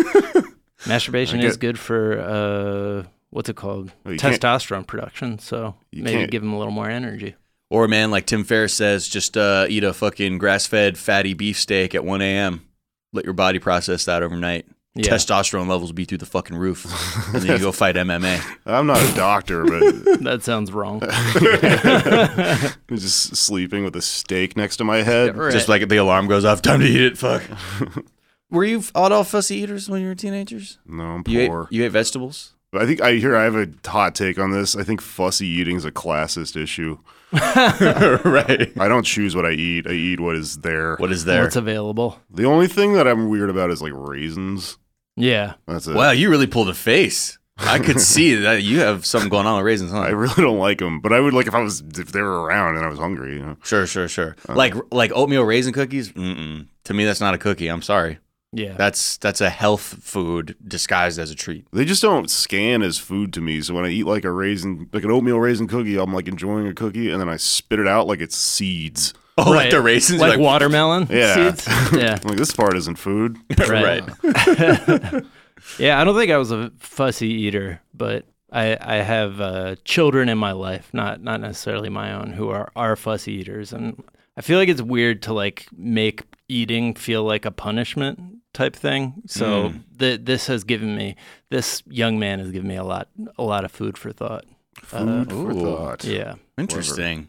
[SPEAKER 1] Masturbation
[SPEAKER 3] I
[SPEAKER 1] is
[SPEAKER 3] get-
[SPEAKER 1] good for uh, what's it called?
[SPEAKER 3] Well, you can't-
[SPEAKER 1] Testosterone production. So
[SPEAKER 3] You
[SPEAKER 1] maybe
[SPEAKER 3] can't-
[SPEAKER 1] give him a little more energy.
[SPEAKER 2] Or man, like Tim Ferriss says, just uh, eat a fucking grass-fed fatty beefsteak at 1 a.m. Let your body process that overnight.
[SPEAKER 1] Yeah.
[SPEAKER 2] Testosterone levels be through the fucking roof, and then you go fight MMA.
[SPEAKER 3] I'm not a doctor, but
[SPEAKER 1] That sounds wrong.
[SPEAKER 3] I'm just sleeping with a steak next to my head.
[SPEAKER 1] Right.
[SPEAKER 2] Just like the alarm goes off, time to eat it. Fuck. Were you all all fussy eaters when you were teenagers?
[SPEAKER 3] No, I'm
[SPEAKER 2] You ate,
[SPEAKER 3] poor.
[SPEAKER 2] you ate vegetables.
[SPEAKER 3] But I think I hear I have a hot take on this. I think fussy eating is a classist issue.
[SPEAKER 2] right.
[SPEAKER 3] I don't choose what I eat. I eat what is there.
[SPEAKER 2] What is there?
[SPEAKER 1] What's available?
[SPEAKER 3] The only thing that I'm weird about is like raisins.
[SPEAKER 1] Yeah.
[SPEAKER 3] That's it.
[SPEAKER 2] wow, you really pulled a face. I could see that you have something going on with raisins. Huh?
[SPEAKER 3] I really don't like them, but I would like if I was if they were around and I was hungry. You know?
[SPEAKER 2] Sure, sure, sure. like like oatmeal raisin cookies. Mm-mm. To me, that's not a cookie. I'm sorry.
[SPEAKER 1] Yeah.
[SPEAKER 2] That's that's a health food disguised as a treat.
[SPEAKER 3] They just don't scan as food to me. So when I eat like a raisin, like an oatmeal raisin cookie, I'm like enjoying a cookie, and then I spit it out like it's seeds.
[SPEAKER 2] Oh,
[SPEAKER 1] Right.
[SPEAKER 2] like the raisins,
[SPEAKER 1] like,
[SPEAKER 2] like,
[SPEAKER 1] watermelon
[SPEAKER 3] Yeah.
[SPEAKER 1] seeds? Yeah.
[SPEAKER 3] I'm like this part isn't food.
[SPEAKER 1] Right.
[SPEAKER 2] right?
[SPEAKER 1] Yeah, I don't think I was a fussy eater, but I I have uh, children in my life, not not necessarily my own, who are are fussy eaters, and I feel like it's weird to like make eating feel like a punishment type thing. So
[SPEAKER 2] Hmm.
[SPEAKER 1] th- this has given me this young man has given me a lot a lot of food for thought.
[SPEAKER 3] Food for
[SPEAKER 2] ooh.
[SPEAKER 3] thought.
[SPEAKER 1] Uh, Yeah,
[SPEAKER 2] Interesting.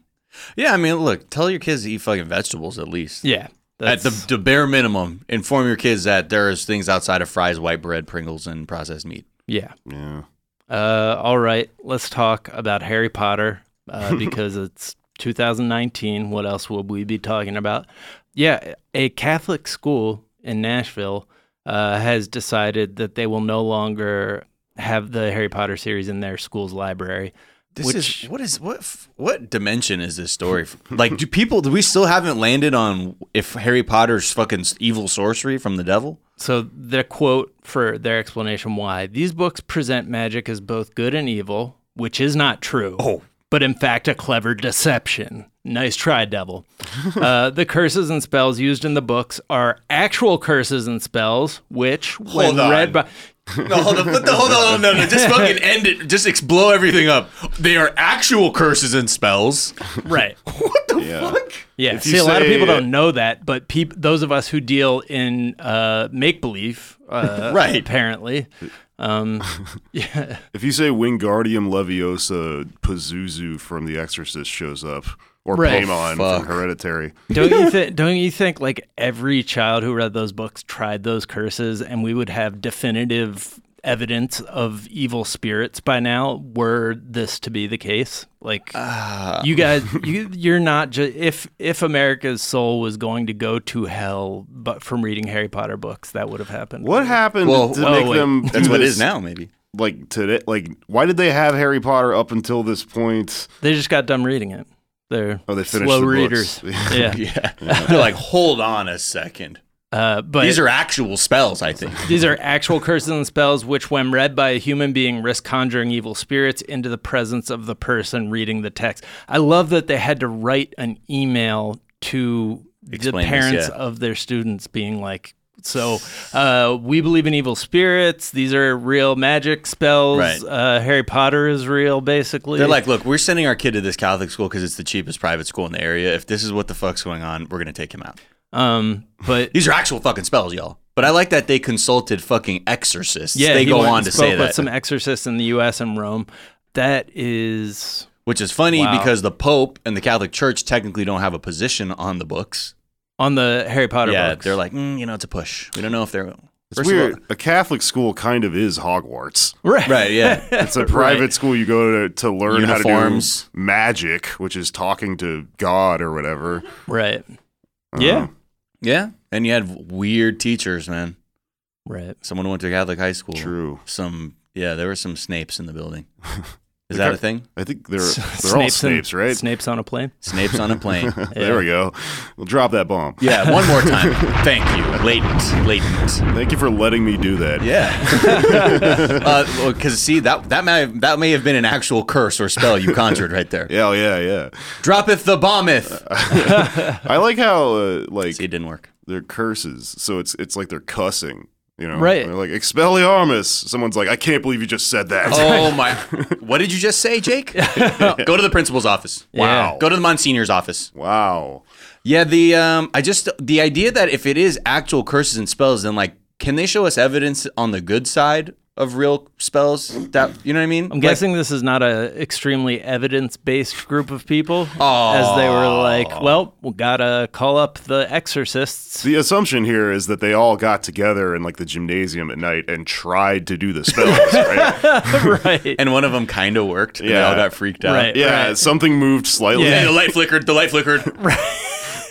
[SPEAKER 2] Yeah, I mean, look, tell your kids to eat fucking vegetables at least.
[SPEAKER 1] yeah.
[SPEAKER 2] At the,
[SPEAKER 1] that's-
[SPEAKER 2] the bare minimum, inform your kids that there's things outside of fries, white bread, Pringles, and processed meat.
[SPEAKER 1] yeah.
[SPEAKER 3] Yeah.
[SPEAKER 1] Uh, all right, let's talk about Harry Potter uh, because it's 2019. What else would we be talking about? Yeah, a Catholic school in Nashville uh, has decided that they will no longer have the Harry Potter series in their school's library.
[SPEAKER 2] This
[SPEAKER 1] Which-
[SPEAKER 2] is what is what f- what dimension is this story? f- Like, do people? Do we still haven't landed on if Harry Potter's fucking s- evil sorcery from the devil?
[SPEAKER 1] So the quote for their explanation why these books present magic as both good and evil, which is not true. Oh. But in fact, a clever deception. Nice try, devil. uh, the curses and spells used in the books are actual curses and spells, which, when
[SPEAKER 2] Hold on.
[SPEAKER 1] read by,
[SPEAKER 2] No, hold on, put the, hold on, no, no, just fucking end it, just ex- blow everything up. They are actual curses and spells.
[SPEAKER 1] right,
[SPEAKER 2] What the
[SPEAKER 3] Yeah.
[SPEAKER 2] fuck?
[SPEAKER 1] yeah.
[SPEAKER 3] you
[SPEAKER 1] See, a lot of
[SPEAKER 3] say-
[SPEAKER 1] people don't know that, but peop- those of us who deal in uh, make believe, uh,
[SPEAKER 2] Right.
[SPEAKER 1] apparently,
[SPEAKER 3] If you say Wingardium Leviosa, Pazuzu from The Exorcist shows up, or
[SPEAKER 1] Right.
[SPEAKER 3] Paimon
[SPEAKER 2] Fuck.
[SPEAKER 3] from Hereditary.
[SPEAKER 1] don't you think? Don't you think like every child who read those books tried those curses, and we would have definitive evidence of evil spirits by now? Were this to be the case, like
[SPEAKER 3] Ah.
[SPEAKER 1] you guys, you, you're not just if if America's soul was going to go to hell, but from reading Harry Potter books, that would have happened.
[SPEAKER 3] What happened
[SPEAKER 2] Well,
[SPEAKER 3] to
[SPEAKER 2] well,
[SPEAKER 3] make
[SPEAKER 1] oh, wait.
[SPEAKER 3] them? do
[SPEAKER 2] That's what it
[SPEAKER 3] this,
[SPEAKER 2] is now, maybe.
[SPEAKER 3] Like today, like why did they have Harry Potter up until this point?
[SPEAKER 1] They just got done reading it. They're
[SPEAKER 3] Oh, they finished
[SPEAKER 1] slow
[SPEAKER 3] the
[SPEAKER 1] readers.
[SPEAKER 3] books.
[SPEAKER 1] yeah,
[SPEAKER 2] Yeah, they're like, hold on a second.
[SPEAKER 1] uh, but
[SPEAKER 2] These are actual spells, I think.
[SPEAKER 1] These are actual curses and spells, which, when read by a human being, risk conjuring evil spirits into the presence of the person reading the text. I love that they had to write an email to
[SPEAKER 2] Explain
[SPEAKER 1] the
[SPEAKER 2] this,
[SPEAKER 1] parents
[SPEAKER 2] yeah.
[SPEAKER 1] of their students, being like, so uh, we believe in evil spirits. These are real magic spells.
[SPEAKER 2] Right.
[SPEAKER 1] Uh, Harry Potter is real, basically.
[SPEAKER 2] They're like, look, we're sending our kid to this Catholic school because it's the cheapest private school in the area. If this is what the fuck's going on, we're gonna take him out.
[SPEAKER 1] um, but
[SPEAKER 2] These are actual fucking spells, y'all. But I like that they consulted fucking exorcists.
[SPEAKER 1] yeah,
[SPEAKER 2] they
[SPEAKER 1] he
[SPEAKER 2] go
[SPEAKER 1] went
[SPEAKER 2] on
[SPEAKER 1] and
[SPEAKER 2] to
[SPEAKER 1] spoke
[SPEAKER 2] say
[SPEAKER 1] with
[SPEAKER 2] that,
[SPEAKER 1] some exorcists in the U.S. and Rome. That is
[SPEAKER 2] which is funny
[SPEAKER 1] Wow.
[SPEAKER 2] because the Pope and the Catholic Church technically don't have a position on the books.
[SPEAKER 1] on the Harry Potter
[SPEAKER 2] yeah,
[SPEAKER 1] books.
[SPEAKER 2] they're like, mm, you know, it's a push. We don't know if they're
[SPEAKER 3] It's
[SPEAKER 2] First of
[SPEAKER 3] weird.
[SPEAKER 2] all-
[SPEAKER 3] a Catholic school kind of is Hogwarts.
[SPEAKER 1] right,
[SPEAKER 2] right. Yeah,
[SPEAKER 3] It's a private
[SPEAKER 1] Right.
[SPEAKER 3] school you go to to learn
[SPEAKER 2] Uniforms.
[SPEAKER 3] how to do magic, which is talking to God or whatever.
[SPEAKER 1] Right.
[SPEAKER 3] Uh-huh.
[SPEAKER 1] Yeah.
[SPEAKER 2] yeah. And you had weird teachers, man.
[SPEAKER 1] Right.
[SPEAKER 2] Someone went to Catholic high school.
[SPEAKER 3] Uh, True.
[SPEAKER 2] Some yeah, there were some Snapes in the building. Is
[SPEAKER 3] The
[SPEAKER 2] that
[SPEAKER 3] Ca-
[SPEAKER 2] a thing?
[SPEAKER 3] I think they're they're all Snapes,
[SPEAKER 1] on,
[SPEAKER 3] right?
[SPEAKER 1] Snapes on a plane.
[SPEAKER 2] Snapes on a plane.
[SPEAKER 3] There we go. We'll drop that bomb.
[SPEAKER 2] Yeah, one more time. Thank you. Latent. Latent.
[SPEAKER 3] Thank you for letting me do that.
[SPEAKER 2] Yeah. Because Uh, see, that that may that may have been an actual curse or spell you conjured right there.
[SPEAKER 3] Yeah, oh, yeah, yeah.
[SPEAKER 2] Droppeth the bombeth.
[SPEAKER 3] I like how uh, like
[SPEAKER 2] See, it didn't work.
[SPEAKER 3] they're curses, so it's it's like they're cussing, you know?
[SPEAKER 1] Right.
[SPEAKER 3] They're like Expelliarmus. Someone's like, I can't believe you just said that.
[SPEAKER 2] Oh my! What did you just say, Jake? Go to the principal's office.
[SPEAKER 1] Wow.
[SPEAKER 2] Go to the monsignor's office.
[SPEAKER 3] Wow.
[SPEAKER 2] Yeah, the um, I just the idea that if it is actual curses and spells, then like, can they show us evidence on the good side of real spells? That you know what I mean?
[SPEAKER 1] I'm guessing this is not a extremely evidence based group of people, as they were like, "Well, we gotta call up the exorcists."
[SPEAKER 3] The assumption here is that they all got together in like the gymnasium at night and tried to do the spells, right?
[SPEAKER 1] right.
[SPEAKER 2] and one of them kind of worked. And they
[SPEAKER 3] Yeah.
[SPEAKER 2] all got freaked out.
[SPEAKER 1] Right.
[SPEAKER 3] Yeah, something moved slightly.
[SPEAKER 2] the light flickered. The light flickered.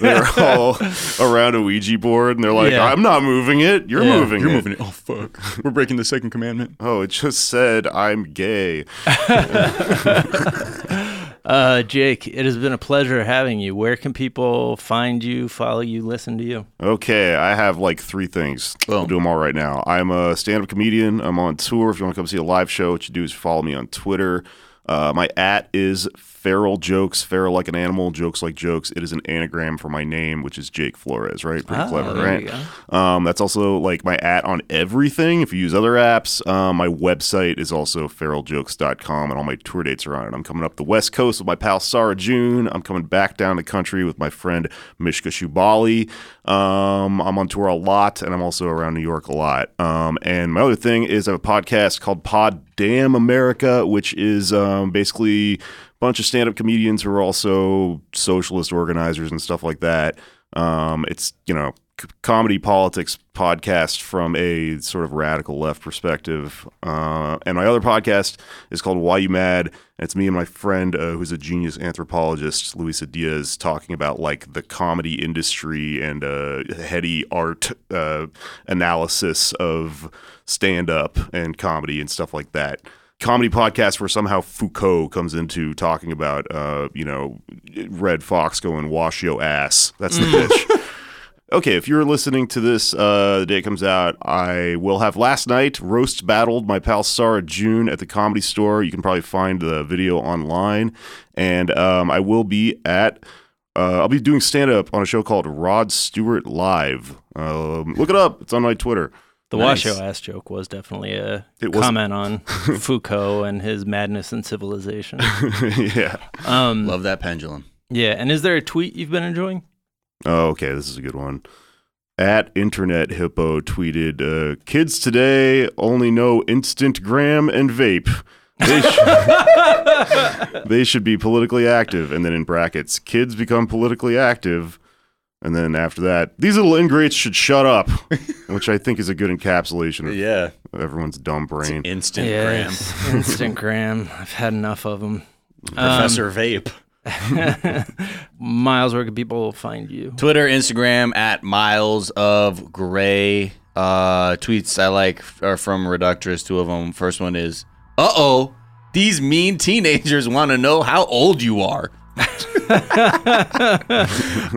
[SPEAKER 3] They're all around a Ouija board and they're like,
[SPEAKER 1] Yeah.
[SPEAKER 3] I'm not moving it. You're
[SPEAKER 1] Yeah.
[SPEAKER 3] moving it.
[SPEAKER 2] it. Oh fuck! We're breaking the second commandment.
[SPEAKER 3] Oh, it just said I'm gay.
[SPEAKER 1] Uh, Jake, it has been a pleasure having you. Where can people find you, follow you, listen to you?
[SPEAKER 3] Okay, I have like three things. I'll do them all right now. I'm a stand up comedian. I'm on tour. If you want to come see a live show, what you do is follow me on Twitter. Uh, my at is feral jokes, feral like an animal, jokes like jokes. It is an anagram for my name, which is Jake Flores, right? Pretty
[SPEAKER 1] Ah,
[SPEAKER 3] clever,
[SPEAKER 1] there you
[SPEAKER 3] right? Um, that's also like my at on everything. If you use other apps, um, my website is also feraljokes.com, and all my tour dates are on it. I'm coming up the West Coast with my pal Sarah June. I'm coming back down the country with my friend Mishka Shubali. Um, I'm on tour a lot, and I'm also around New York a lot. Um, and my other thing is I have a podcast called Pod Damn America, which is um, basically a bunch of stand up comedians who are also socialist organizers and stuff like that. Um, it's, you know, c- comedy politics podcast from a sort of radical left perspective. Uh, and my other podcast is called Why You Mad. It's me and my friend uh, who's a genius anthropologist, Luisa Diaz, talking about like the comedy industry and uh, heady art uh, analysis of stand up and comedy and stuff like that comedy podcast where somehow Foucault comes into talking about, uh, you know, Red Fox going wash yo ass. That's the pitch. Okay, if you're listening to this uh, the day it comes out, I will have last night roast battled my pal Sarah June at the comedy store. You can probably find the video online, and um, I will be at. Uh, I'll be doing stand up on a show called Rod Stewart Live. Um, look it up; it's on my Twitter.
[SPEAKER 1] The
[SPEAKER 2] Nice.
[SPEAKER 1] Washo ass joke was definitely a
[SPEAKER 3] It was-
[SPEAKER 1] comment on Foucault and his madness and civilization.
[SPEAKER 3] yeah.
[SPEAKER 1] Um,
[SPEAKER 2] Love that pendulum.
[SPEAKER 1] yeah, and is there a tweet you've been enjoying?
[SPEAKER 3] Oh, okay. This is a good one. At Internet Hippo tweeted, uh, "Kids today only know instant gram and vape. They, sh- they should be politically active." And then in brackets, "Kids become politically active." And then after that, these little ingrates should shut up, which I think is a good encapsulation of
[SPEAKER 2] Yeah.
[SPEAKER 3] everyone's dumb brain.
[SPEAKER 2] Instant
[SPEAKER 1] Instagram. I've had enough of them.
[SPEAKER 2] gram. Professor Vape.
[SPEAKER 1] Miles, where can people find you?
[SPEAKER 2] Twitter, Instagram at Miles of Gray. Uh, tweets I like are from Reductress. Two of them. First one is, "Uh oh, these mean teenagers want to know how old you are." uh,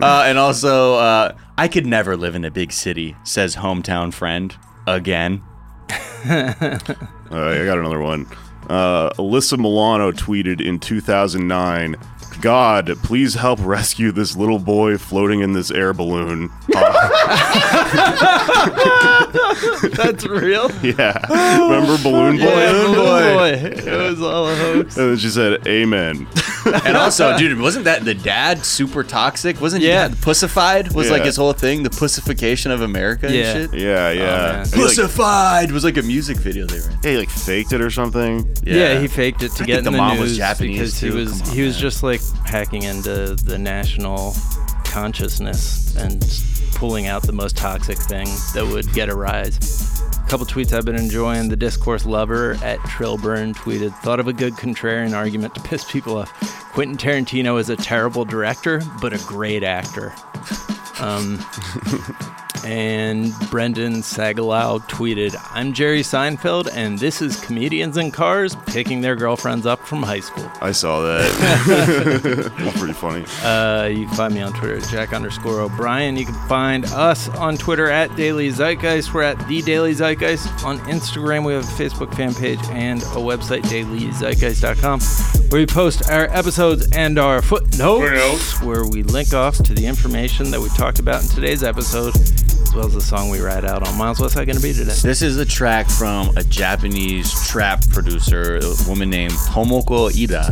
[SPEAKER 2] and also, uh, I could never live in a big city. Says hometown friend again.
[SPEAKER 3] Uh, I got another one. Uh, Alyssa Milano tweeted in 2009, "God, please help rescue this little boy floating in this air balloon." Oh,
[SPEAKER 1] That's real.
[SPEAKER 3] yeah, remember Balloon Boy?
[SPEAKER 1] Oh, Balloon boy. It was all a hoax.
[SPEAKER 3] And then she said, "Amen."
[SPEAKER 2] And also, dude, wasn't that the dad super toxic? Wasn't
[SPEAKER 1] Yeah.
[SPEAKER 2] yeah, pussified was like
[SPEAKER 3] Yeah.
[SPEAKER 2] his whole thing, the pussification of America
[SPEAKER 1] Yeah.
[SPEAKER 2] and shit.
[SPEAKER 3] Yeah,
[SPEAKER 1] Oh,
[SPEAKER 3] yeah.
[SPEAKER 1] man.
[SPEAKER 3] And he, like,
[SPEAKER 2] Pussified was like a music video they were in.
[SPEAKER 3] yeah, he like faked it or something.
[SPEAKER 1] Yeah. he faked it to
[SPEAKER 2] I
[SPEAKER 1] get
[SPEAKER 2] think
[SPEAKER 1] in
[SPEAKER 2] the
[SPEAKER 1] the,
[SPEAKER 2] mom was
[SPEAKER 1] news
[SPEAKER 2] Japanese,
[SPEAKER 1] because he
[SPEAKER 2] too.
[SPEAKER 1] was
[SPEAKER 2] Come on,
[SPEAKER 1] he was
[SPEAKER 2] man.
[SPEAKER 1] just like hacking into the national consciousness and pulling out the most toxic thing that would get a rise. A couple tweets I've been enjoying. The discourse lover at Trillburn tweeted, "Thought of a good contrarian argument to piss people off. Quentin Tarantino is a terrible director, but a great actor." Um, and Brendan Sagalow tweeted, I'm Jerry Seinfeld, and this is comedians in cars picking their girlfriends up from high school.
[SPEAKER 3] I saw that. That's pretty funny.
[SPEAKER 1] Uh, you can find me on Twitter at Jack underscore O'Brien. You can find us on Twitter at Daily Zeitgeist. We're at The Daily Zeitgeist. On Instagram, we have a Facebook fan page and a website, dailyzeitgeist.com, where we post our episodes and our footnotes, where we link off to the information that we talked about in today's episode, as well as the song we ride out on. Miles, what's that going to be today?
[SPEAKER 2] This is a track from a Japanese trap producer, a woman named Tomoko Ida,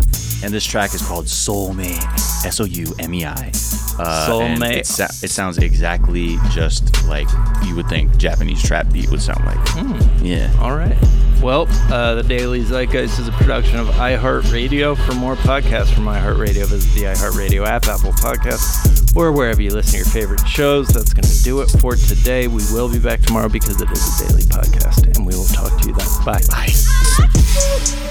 [SPEAKER 2] and this track is called Soul Mei, S O U M E I. Uh,
[SPEAKER 1] Soul
[SPEAKER 2] and
[SPEAKER 1] Mei.
[SPEAKER 2] It, sa- it sounds exactly just like you would think Japanese trap beat would sound like. Yeah.
[SPEAKER 1] All right. Well, uh, the Daily Zeitgeist is a production of iHeartRadio. For more podcasts from iHeartRadio, visit the iHeartRadio app, Apple Podcasts, or wherever you listen to your favorite shows. That's going to do it for today. We will be back tomorrow because it is a daily podcast, and we will talk to you then. Bye.
[SPEAKER 4] I like you.